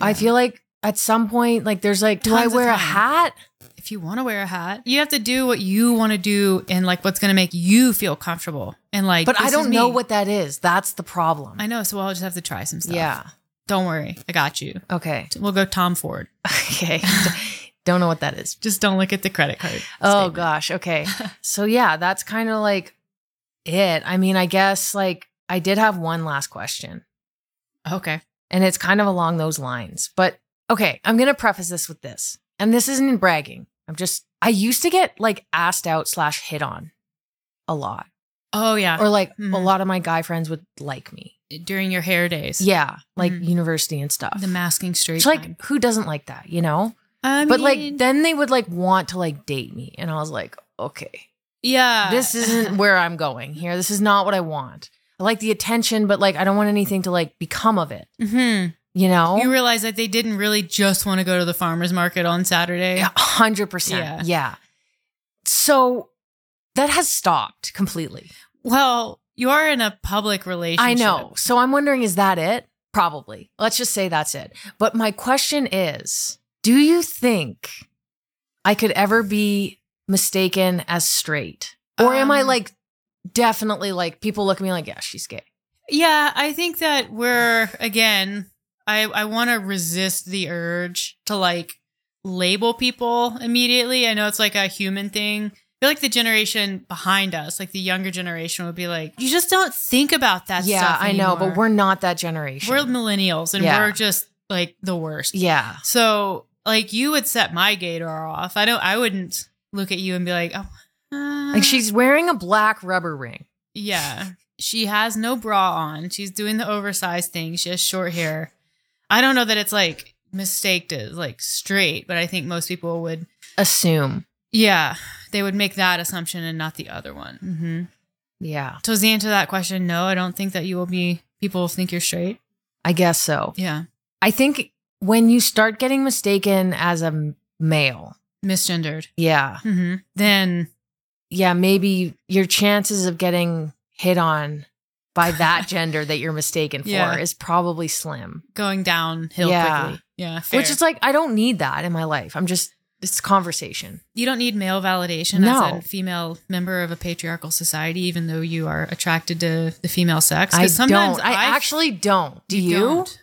Speaker 2: I
Speaker 3: Yeah.
Speaker 2: feel like at some point, like, there's like, do I
Speaker 3: Tons of
Speaker 2: wear a
Speaker 3: time.
Speaker 2: hat?
Speaker 3: If you want to wear a hat, you have to do what you want to do and like what's going to make you feel comfortable. And like,
Speaker 2: But
Speaker 3: this
Speaker 2: I
Speaker 3: is
Speaker 2: don't know
Speaker 3: me.
Speaker 2: what that is. That's the problem.
Speaker 3: I know. So I'll just have to try some stuff.
Speaker 2: Yeah.
Speaker 3: Don't worry. I got you.
Speaker 2: Okay.
Speaker 3: We'll go Tom Ford.
Speaker 2: Okay. don't know what that is.
Speaker 3: Just don't look at the credit card.
Speaker 2: Oh
Speaker 3: statement.
Speaker 2: gosh. Okay. so yeah, that's kind of like it. I mean, I guess like I did have one last question,
Speaker 3: Okay.
Speaker 2: and it's kind of along those lines. But okay, I'm gonna preface this with this, and this isn't bragging. I'm just I used to get like asked out slash hit on a lot,
Speaker 3: Oh, yeah.
Speaker 2: or like a
Speaker 3: Mhm.
Speaker 2: lot of my guy friends would like me.
Speaker 3: During your hair days.
Speaker 2: Yeah, like
Speaker 3: Mhm.
Speaker 2: university and stuff.
Speaker 3: The masking straight.
Speaker 2: It's like
Speaker 3: time.
Speaker 2: who doesn't like that, you know?
Speaker 3: I
Speaker 2: but
Speaker 3: mean,
Speaker 2: like then they would like want to like date me, and I was like, okay.
Speaker 3: yeah.
Speaker 2: this isn't where I'm going here. This is not what I want. I like the attention, but like I don't want anything to like become of it.
Speaker 3: hmm
Speaker 2: You know,
Speaker 3: You realize that they didn't really just want to go to the farmer's market on Saturday.
Speaker 2: A hundred
Speaker 3: Yeah.
Speaker 2: percent. Yeah. So that has stopped completely.
Speaker 3: Well, you are in a public relationship.
Speaker 2: I know. So I'm wondering, is that it? Probably. Let's just say that's it. But my question is, do you think I could ever be mistaken as straight, or am I
Speaker 3: Um,
Speaker 2: like definitely like people look at me like, yeah, she's gay?
Speaker 3: Yeah, I think that we're again. I I want to resist the urge to like label people immediately. I know it's like a human thing. I feel like the generation behind us, like the younger generation, would be like, you just don't think about that
Speaker 2: yeah,
Speaker 3: stuff.
Speaker 2: I know, but
Speaker 3: anymore.
Speaker 2: we're not that generation.
Speaker 3: we're millennials and
Speaker 2: Yeah.
Speaker 3: we're just like the worst.
Speaker 2: yeah.
Speaker 3: So like you would set my gator off. I don't. I wouldn't look at you and be like, oh, uh,
Speaker 2: Like she's wearing a black rubber ring.
Speaker 3: Yeah. She has no bra on. She's doing the oversized thing. She has short hair. I don't know that it's like mistaked as like straight, but I think most people would,
Speaker 2: Assume.
Speaker 3: yeah, they would make that assumption and not the other one. Mm-hmm.
Speaker 2: Yeah,
Speaker 3: So, is the answer to that question no? I don't think that you will be, people will think you're straight.
Speaker 2: I guess so.
Speaker 3: Yeah.
Speaker 2: I think when you start getting mistaken as a m- male,
Speaker 3: Misgendered.
Speaker 2: yeah,
Speaker 3: Mm-hmm. Then,
Speaker 2: yeah, maybe your chances of getting hit on by that gender that you're mistaken for
Speaker 3: Yeah.
Speaker 2: is probably slim.
Speaker 3: going downhill
Speaker 2: Yeah.
Speaker 3: quickly. Yeah. Fair.
Speaker 2: Which is like, I don't need that in my life. I'm just, it's conversation.
Speaker 3: you don't need male validation as
Speaker 2: No.
Speaker 3: a female member of a patriarchal society, even though you are attracted to the female sex. 'Cause
Speaker 2: I don't. I, actually don't. Do you?
Speaker 3: Don't,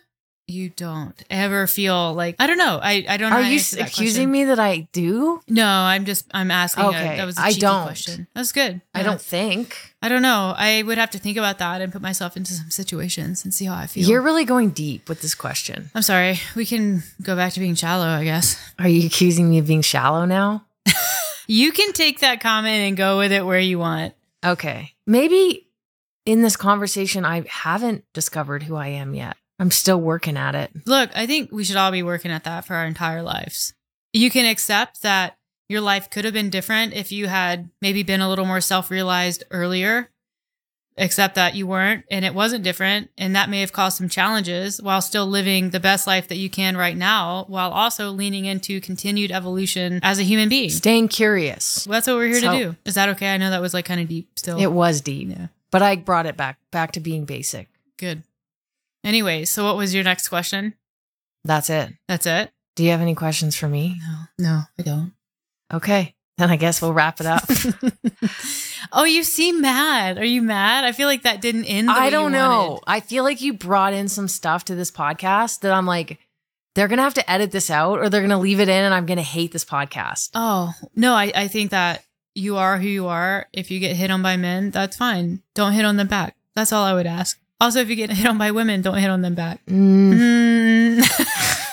Speaker 3: you don't ever feel like I don't know. I I don't. know
Speaker 2: Are
Speaker 3: how to
Speaker 2: you
Speaker 3: answer that
Speaker 2: accusing
Speaker 3: question.
Speaker 2: me that I do?
Speaker 3: No, I'm just I'm asking. Okay,
Speaker 2: Okay,
Speaker 3: that was a
Speaker 2: I
Speaker 3: cheeky
Speaker 2: don't.
Speaker 3: question. That was good.
Speaker 2: I
Speaker 3: Yeah.
Speaker 2: don't think.
Speaker 3: I don't know. I would have to think about that and put myself into some situations and see how I feel.
Speaker 2: You're really going deep with this question.
Speaker 3: I'm sorry. We can go back to being shallow, I guess.
Speaker 2: Are you accusing me of being shallow now?
Speaker 3: You can take that comment and go with it where you want.
Speaker 2: Okay. Maybe in this conversation, I haven't discovered who I am yet. I'm still working at it.
Speaker 3: Look, I think we should all be working at that for our entire lives. You can accept that your life could have been different if you had maybe been a little more self realized earlier. except that you weren't and it wasn't different. And that may have caused some challenges while still living the best life that you can right now, while also leaning into continued evolution as a human being.
Speaker 2: Staying curious.
Speaker 3: Well, that's what we're here
Speaker 2: So-
Speaker 3: to do. Is that okay? I know that was like kind of deep still.
Speaker 2: It was deep,
Speaker 3: yeah.
Speaker 2: but I brought it back back to being basic.
Speaker 3: Good. Anyway, so what was your next question?
Speaker 2: That's it.
Speaker 3: That's it?
Speaker 2: Do you have any questions for me?
Speaker 3: No. No, I don't.
Speaker 2: Okay. Then I guess we'll wrap it up.
Speaker 3: oh, you seem mad. Are you mad? I feel like that didn't end. The way
Speaker 2: I
Speaker 3: you
Speaker 2: don't know.
Speaker 3: wanted.
Speaker 2: I feel like you brought in some stuff to this podcast that I'm like, they're going to have to edit this out or they're going to leave it in and I'm going to hate this podcast.
Speaker 3: Oh, no, I, I think that you are who you are. If you get hit on by men, that's fine. Don't hit on them back. That's all I would ask. Also, if you get hit on by women, don't hit on them back.
Speaker 2: Mm.
Speaker 3: Mm.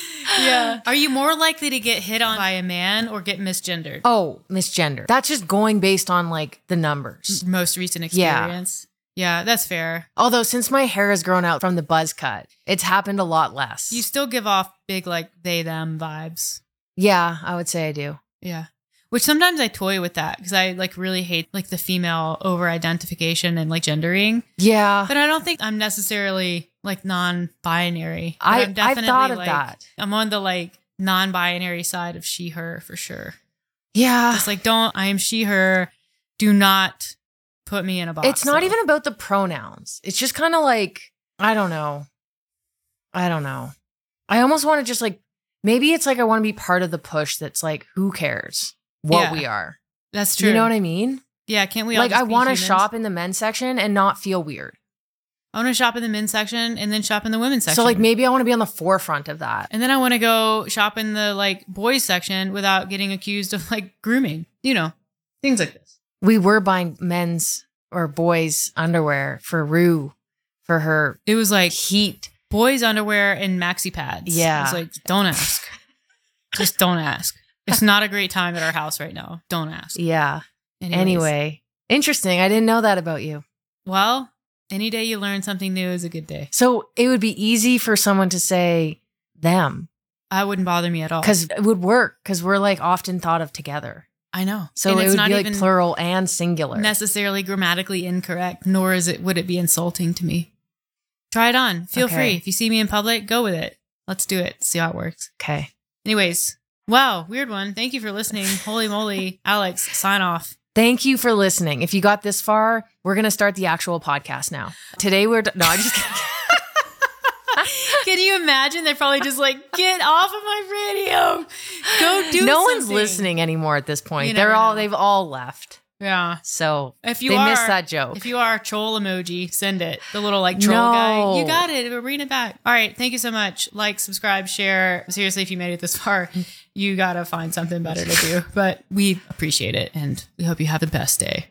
Speaker 3: yeah. Are you more likely to get hit on by a man or get misgendered?
Speaker 2: Oh, misgender. That's just going based on like the numbers.
Speaker 3: Most recent
Speaker 2: Yeah.
Speaker 3: experience. Yeah, that's fair.
Speaker 2: Although, since my hair has grown out from the buzz cut, it's happened a lot less.
Speaker 3: You still give off big like they them vibes.
Speaker 2: yeah, I would say I do.
Speaker 3: Yeah. Which sometimes I toy with that because I like really hate like the female over identification and like gendering.
Speaker 2: Yeah.
Speaker 3: But I don't think I'm necessarily like non binary.
Speaker 2: I, I've thought of
Speaker 3: like,
Speaker 2: that.
Speaker 3: I'm on the like non binary side of she, her for sure.
Speaker 2: Yeah.
Speaker 3: It's like, don't, I am she, her. Do not put me in a box.
Speaker 2: It's not
Speaker 3: though.
Speaker 2: even about the pronouns. It's just kind of like, I don't know. I don't know. I almost want to just like, maybe it's like I want to be part of the push that's like, who cares what
Speaker 3: Yeah,
Speaker 2: we are?
Speaker 3: That's true.
Speaker 2: You know what I mean?
Speaker 3: Yeah. Can't we all
Speaker 2: like,
Speaker 3: just
Speaker 2: I
Speaker 3: be
Speaker 2: want to
Speaker 3: humans?
Speaker 2: shop in the men's section and not feel weird.
Speaker 3: I want to shop in the men's section and then shop in the women's section.
Speaker 2: So, like, maybe I want to be on the forefront of that.
Speaker 3: And then I want to go shop in the like boys section without getting accused of like grooming, you know, things like this.
Speaker 2: We were buying men's or boys' underwear for Rue for her
Speaker 3: It was like
Speaker 2: heat.
Speaker 3: boys' underwear and maxi pads.
Speaker 2: Yeah.
Speaker 3: It's like, don't ask. Just don't ask. It's not a great time at our house right now. Don't ask.
Speaker 2: Yeah.
Speaker 3: Anyways.
Speaker 2: Anyway, interesting. I didn't know that about you.
Speaker 3: Well, any day you learn something new is a good day.
Speaker 2: So it would be easy for someone to say them
Speaker 3: I wouldn't bother me at all.
Speaker 2: because it would work because we're like often thought of together.
Speaker 3: I know.
Speaker 2: So
Speaker 3: And
Speaker 2: it
Speaker 3: it's
Speaker 2: would
Speaker 3: not
Speaker 2: be like
Speaker 3: even
Speaker 2: plural and singular.
Speaker 3: necessarily grammatically incorrect, nor is it would it be insulting to me. Try it on. Feel
Speaker 2: Okay.
Speaker 3: free. If you see me in public, go with it. Let's do it. See how it works.
Speaker 2: okay.
Speaker 3: Anyways, wow, weird one. Thank you for listening. Holy moly, Alex, sign off.
Speaker 2: Thank you for listening. If you got this far, we're gonna start the actual podcast now. Today we're d- no, I'm just kidding.
Speaker 3: Can you imagine? They're probably just like, get off of my radio. Go do.
Speaker 2: no one's
Speaker 3: something."
Speaker 2: listening anymore at this point.
Speaker 3: You
Speaker 2: They're
Speaker 3: never
Speaker 2: all
Speaker 3: know.
Speaker 2: they've all left.
Speaker 3: Yeah.
Speaker 2: So
Speaker 3: If you
Speaker 2: they
Speaker 3: are,
Speaker 2: missed that joke.
Speaker 3: if you are troll emoji, send it. The little like troll
Speaker 2: No.
Speaker 3: guy. You got it. We're bringing it back. All right. Thank you so much. Like, subscribe, share. Seriously, if you made it this far, you gotta find something better to do. But we appreciate it, and we hope you have the best day.